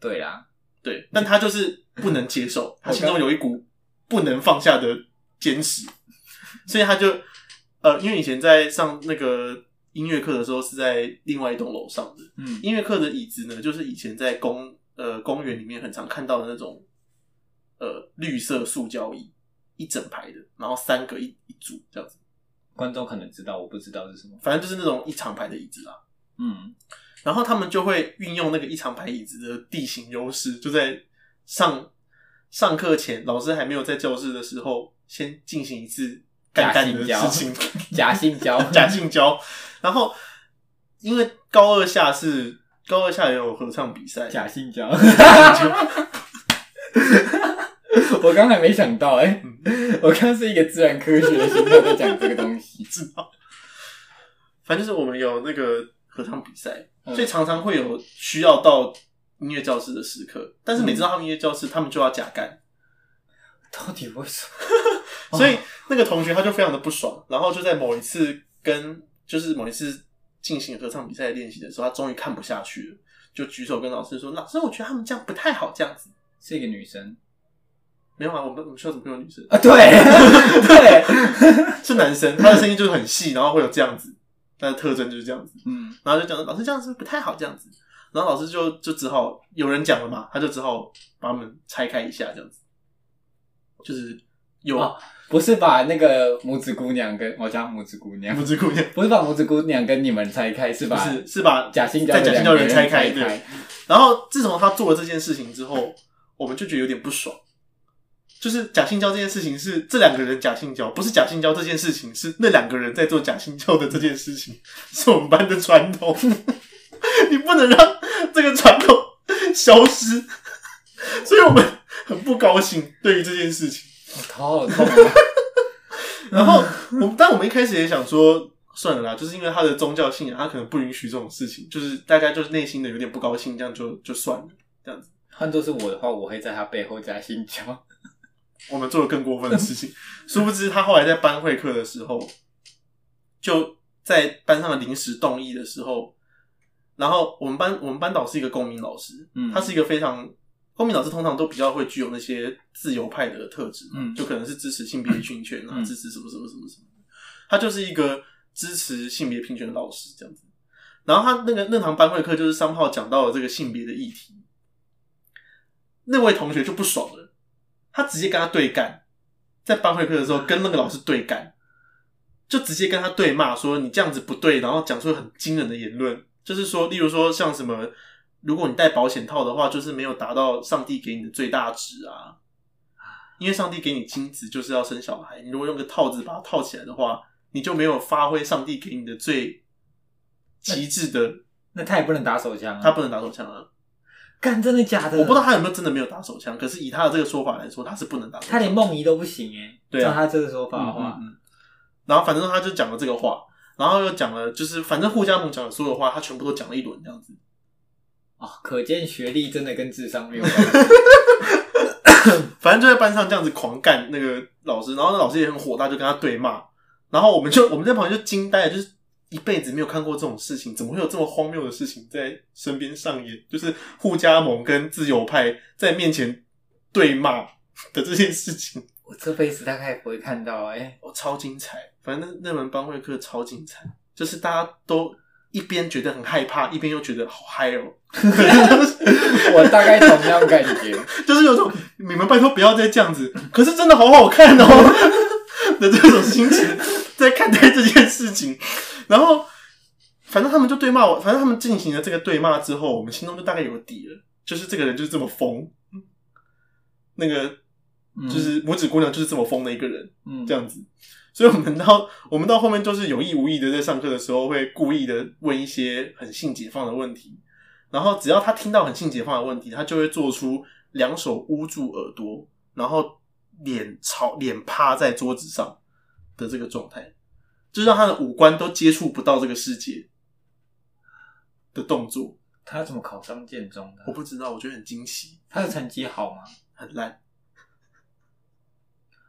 A: 对啦，
B: 对，但他就是不能接受，他
A: 我
B: 心中
A: 刚
B: 有一股不能放下的坚持，所以他就呃，因为以前在上那个音乐课的时候是在另外一栋楼上的，
A: 嗯
B: 音乐课的椅子呢，就是以前在公呃公园里面很常看到的那种呃绿色塑胶椅，一整排的，然后三个一一组这样子，
A: 观众可能知道，我不知道是什么。
B: 反正就是那种一长排的椅子啦。
A: 嗯，
B: 然后他们就会运用那个一长排椅子的地形优势，就在上上课前，老师还没有在教室的时候，先进行一次干干的
A: 假
B: 事
A: 性
B: 情，
A: 假性交，
B: 假性交。然后因为高二下是高二下也有合唱比 赛，
A: 假性交。 我刚才没想到哎、我刚是一个自然科学的心态在讲这个东 西。
B: 反正就是我们有那个合唱比赛，
A: 嗯
B: 所以常常会有需要到音乐教室的时刻。但
A: 嗯
B: 是每次到他们音乐教室，他们就要假干，
A: 到底为什么？哦
B: 所以那个同学他就非常的不爽。然后就在某一次跟就是某一次进行合唱比赛的练习的时候，他终于看不下去了，就举手跟老师说：“老师，我觉得他们这样不太好，这样子。
A: 是一个女生”
B: 没有啊，我们我们学校怎么会有女生？
A: 啊？对 对，
B: 是男生，他的声音就是很细，然后会有这样子，他的特征就是这样子。
A: 嗯
B: 然后就讲说老师这样是不是不太好，这样子。然后老师就就只好有人讲了嘛，他就只好把他们拆开一下，这样子，就是有
A: 哦不是把那个拇指姑娘跟我叫拇指姑娘
B: 拇，指姑娘，
A: 不是把拇指姑娘跟你们拆开，是
B: 不
A: 把
B: 是是把
A: 假新的
B: 在假
A: 两
B: 新教
A: 个
B: 人
A: 人
B: 拆开
A: 开，
B: 对。然后自从他做了这件事情之后，我们就觉得有点不爽。就是假性交这件事情是这两个人假性交，不是假性交这件事情是那两个人在做假性交的这件事情， 是我们班的传统。 你不能让这个传统消失， 所以我们很不高兴对于这件事情。
A: 我头好痛啊！
B: 然后我们，但我们一开始也想说，算了啦，就是因为他的宗教信仰，他可能不允许这种事情，就是大家就是内心的有点不高兴，这样就就算了。
A: 换作是我的话，我会在他背后加新胶。
B: 我们做了更过分的事情，殊不知他后来在班会课的时候，就在班上的临时动议的时候，然后我们班我们班导是一个公民老师，
A: 嗯
B: 他是一个非常公民老师通常都比较会具有那些自由派的特质嘛，
A: 嗯
B: 就可能是支持性别平权啊，
A: 嗯
B: 支持什么什么什么什么的，他就是一个支持性别平权的老师这样子。然后他那个那堂班会课就是三号讲到了这个性别的议题，那位同学就不爽了，他直接跟他对干，在班会课的时候跟那个老师对干，就直接跟他对骂说你这样子不对，然后讲出很惊人的言论，就是说，例如说像什么，如果你戴保险套的话，就是没有达到上帝给你的最大值啊，因为上帝给你精子就是要生小孩，你如果用个套子把它套起来的话，你就没有发挥上帝给你的最极致的，
A: 那他也不能打手枪啊！
B: 他不能打手枪啊。
A: 干，真的假的？
B: 我不知道他有没有真的没有打手枪，可是以他的这个说法来说，他是不能打手枪。
A: 他连梦遗都不行哎。
B: 对啊
A: 照他这个说法的话，
B: 嗯嗯嗯然后反正他就讲了这个话，然后又讲了，就是反正互加盟讲的所有话，他全部都讲了一轮这样子。
A: 哦，可见学历真的跟智商没有 关系。
B: 反正就在班上这样子狂干那个老师，然后那老师也很火大，就跟他对骂。然后我们就我们在旁边就惊呆了，就是一辈子没有看过这种事情，怎么会有这么荒谬的事情在身边上演？就是互加盟跟自由派在面前对骂的这件事情，
A: 我这辈子大概不会看到哎。
B: 哦，超精彩！反正那那门班会课超精彩，就是大家都一边觉得很害怕，一边又觉得好嗨 哦。
A: 我大概同样感 觉。
B: 就是有种你们拜托不要再这样子，可是真的好好看哦 的这种心情在看待这件事情。然后，反正他们就对骂我，反正他们进行了这个对骂之后，我们心中就大概有个底了，就是这个人就是这么疯，那个
A: 嗯
B: 就是拇指姑娘就是这么疯的一个人，
A: 嗯，
B: 这样子。所以我们到我们到后面就是有意无意的在上课的时候会故意的问一些很性解放的问题，然后只要他听到很性解放的问题，他就会做出两手捂住耳朵，然后脸朝脸趴在桌子上的这个状态，就是让他的五官都接触不到这个世界的动作。
A: 他怎么考上建中的
B: 我？不知道，我觉得很惊奇，
A: 他的成绩好吗？
B: 很烂。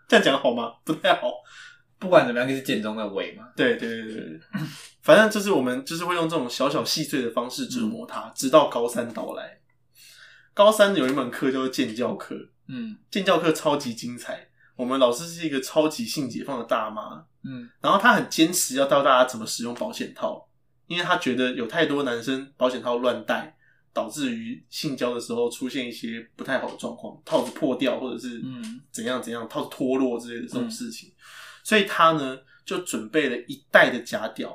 B: 这样讲好吗？不太好。
A: 不管怎么样，就是建中的尾嘛。
B: 对对对对对，反正就是我们就是会用这种小小细碎的方式折磨他，直到高三到来。高三有一门课叫做建教课，
A: 嗯
B: 建教课超级精彩。我们老师是一个超级性解放的大妈，
A: 嗯，
B: 然后她很坚持要教大家怎么使用保险套，因为她觉得有太多男生保险套乱戴，导致于性交的时候出现一些不太好的状况，套子破掉或者是
A: 嗯
B: 怎样怎样，套子脱落之类的这种事情。所以她呢就准备了一袋的假屌，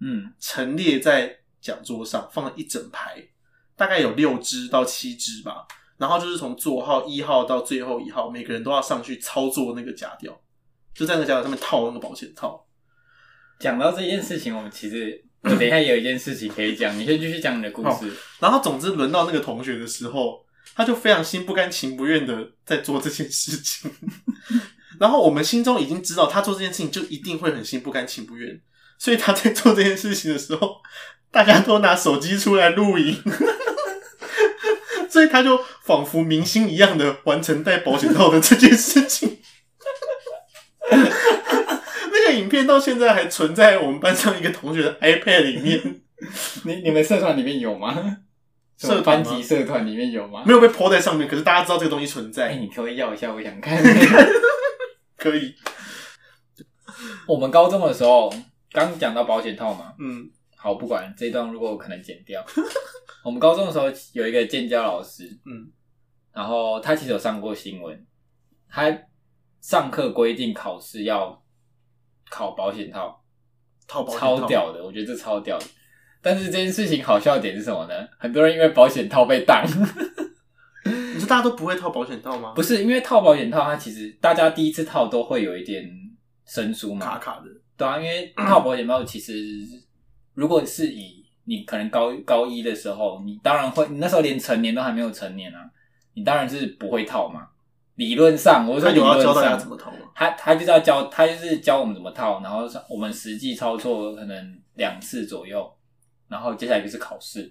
A: 嗯，
B: 陈列在讲桌上，放了一整排，大概有六只到七只吧。然后就是从座号一号到最后一号，每个人都要上去操作那个假吊，就在那个假吊上面套那个保险套。
A: 讲到这件事情，我们其实我等一下也有一件事情可以讲，你先继续讲你的故事。
B: 然后总之轮到那个同学的时候，他就非常心不甘情不愿的在做这件事情。 然后我们心中已经知道他做这件事情就一定会很心不甘情不愿，所以他在做这件事情的时候，大家都拿手机出来录影。 所以他就仿佛明星一样的完成戴保险套的这件事情。 那个影片到现在还存在我们班上一个同学的 iPad 里面，
A: 你你们社团里面有吗？
B: 社团
A: 班
B: 吗
A: 级 社团里面有吗？
B: 没有被泼在上面，可是大家知道这个东西存在。
A: 哎、你可以要一下，我想看。
B: 可以，
A: 我们高中的时候，刚讲到保险套嘛，
B: 嗯，
A: 好，不管这一段如果我可能剪掉，我们高中的时候有一个建教老师，
B: 嗯，
A: 然后他其实有上过新闻，他上课规定考试要考保险套，
B: 套保险套
A: 超屌的，我觉得这超屌的。但是这件事情好笑的点是什么呢？很多人因为保险套被当，
B: 你说大家都不会套保险套吗？
A: 不是因为套保险套，它其实大家第一次套都会有一点生疏嘛，
B: 卡卡的，
A: 对啊，因为套保险套其实，如果是以你可能高高一的时候，你当然会，你那时候连成年都还没有成年啊，你当然是不会套嘛。理论上，我
B: 他
A: 说理
B: 有要
A: 论
B: 教大家怎
A: 上，
B: 么套吗？
A: 他他就是要教，他就是教我们怎么套，然后我们实际操作可能两次左右，然后接下来就是考试，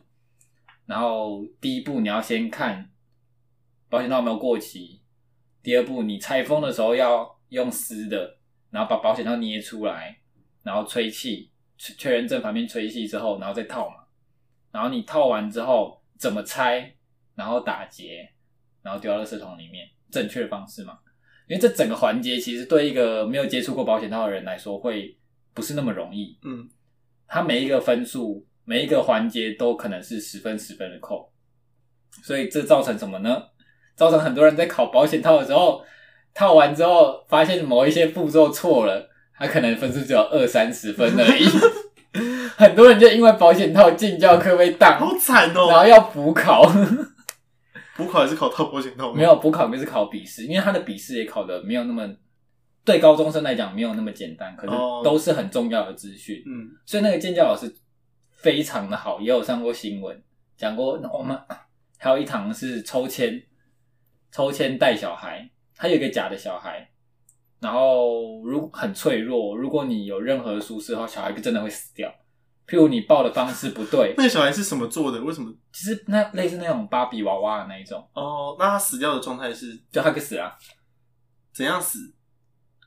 A: 然后第一步你要先看保险套有没有过期，第二步你拆封的时候要用撕的，然后把保险套捏出来，然后吹气，确确认正反面吹气之后，然后再套嘛，然后你套完之后怎么拆，然后打结，然后丢到垃圾桶里面，正确的方式嘛。因为这整个环节其实对一个没有接触过保险套的人来说，会不是那么容易。
B: 嗯，
A: 它每一个分数、每一个环节都可能是十分、十分的扣，所以这造成什么呢？造成很多人在考保险套的时候，套完之后发现某一些步骤错了，他可能分数只有二三十分而 已。很多人就因为保险套进教课被当，
B: 好惨
A: 然
B: 哦！
A: 后要补考。
B: 补考也是考套保险套吗？
A: 没有补考就是考笔试，因为他的笔试也考的没有那么，对高中生来讲没有那么简单，可是
B: 哦
A: 都是很重要的资讯。
B: 嗯，
A: 所以那个建教老师非常的好，也有上过新闻，讲过我们还有一堂是抽签，抽签带小孩，他有一个假的小孩，然后如很脆弱，如果你有任何疏失的话，小孩真的会死掉。譬如你抱的方式不对，
B: 那个小孩是什么做的？为什么？
A: 其实那类似那种芭比娃娃的那一种，
B: 哦，那他死掉的状态是
A: 就他给死了，
B: 怎样死？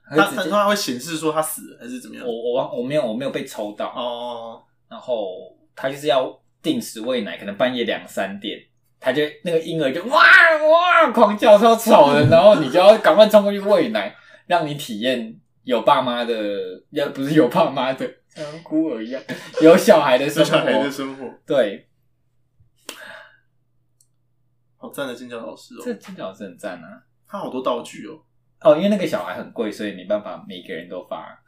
A: 他
B: 他
A: 就
B: 他
A: 直接
B: 他会显示说他死了还是怎么样
A: 我？我忘我没有我没有被抽到，
B: 哦，
A: 然后他就是要定时喂奶，可能半夜两三点，他就那个婴儿就哇哇狂叫，超吵的，然后你就要赶快冲过去喂奶，让你体验有爸妈的，要不是有爸妈的，像孤儿一样，有小孩的
B: 这
A: 生
B: 小孩的
A: 活。
B: 生活，
A: 对，
B: 好赞的建教老师
A: 这
B: 哦，
A: 这老师很赞啊！
B: 他好多道具哦，
A: 哦，因为那个小孩很贵，所以没办法每个人都发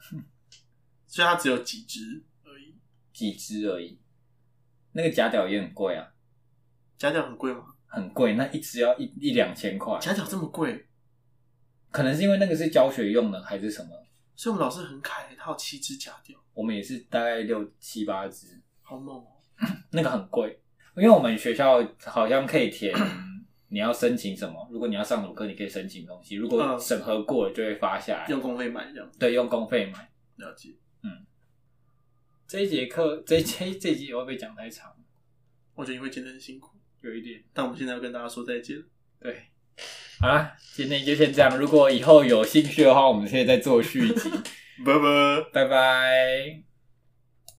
B: 所以他只有几只而已。
A: 几只而已。那个假屌也很贵啊，
B: 假屌很贵吗？
A: 很贵，那一只要一一两千块，
B: 假屌这么贵，
A: 可能是因为那个是教学用的还是什么。
B: 所以我们老师很凯，他有七只假屌，
A: 我们也是大概六七八只，
B: 好猛哦。
A: 那个很贵，因为我们学校好像可以填你要申请什么，如果你要上什么课，你可以申请东西，如果
B: 嗯
A: 审核过了就会发下来，
B: 用公费买这样，
A: 对，用公费买。
B: 了解。
A: 这一节课，这一这这一集会不会讲太长？
B: 我觉得你会觉得很辛苦，
A: 有一点。
B: 但我们现在要跟大家说再见了。
A: 对，好啦，今天就先这 样。如果以后有兴趣的话，我们可以再做续集。
B: 拜拜。
A: 拜拜。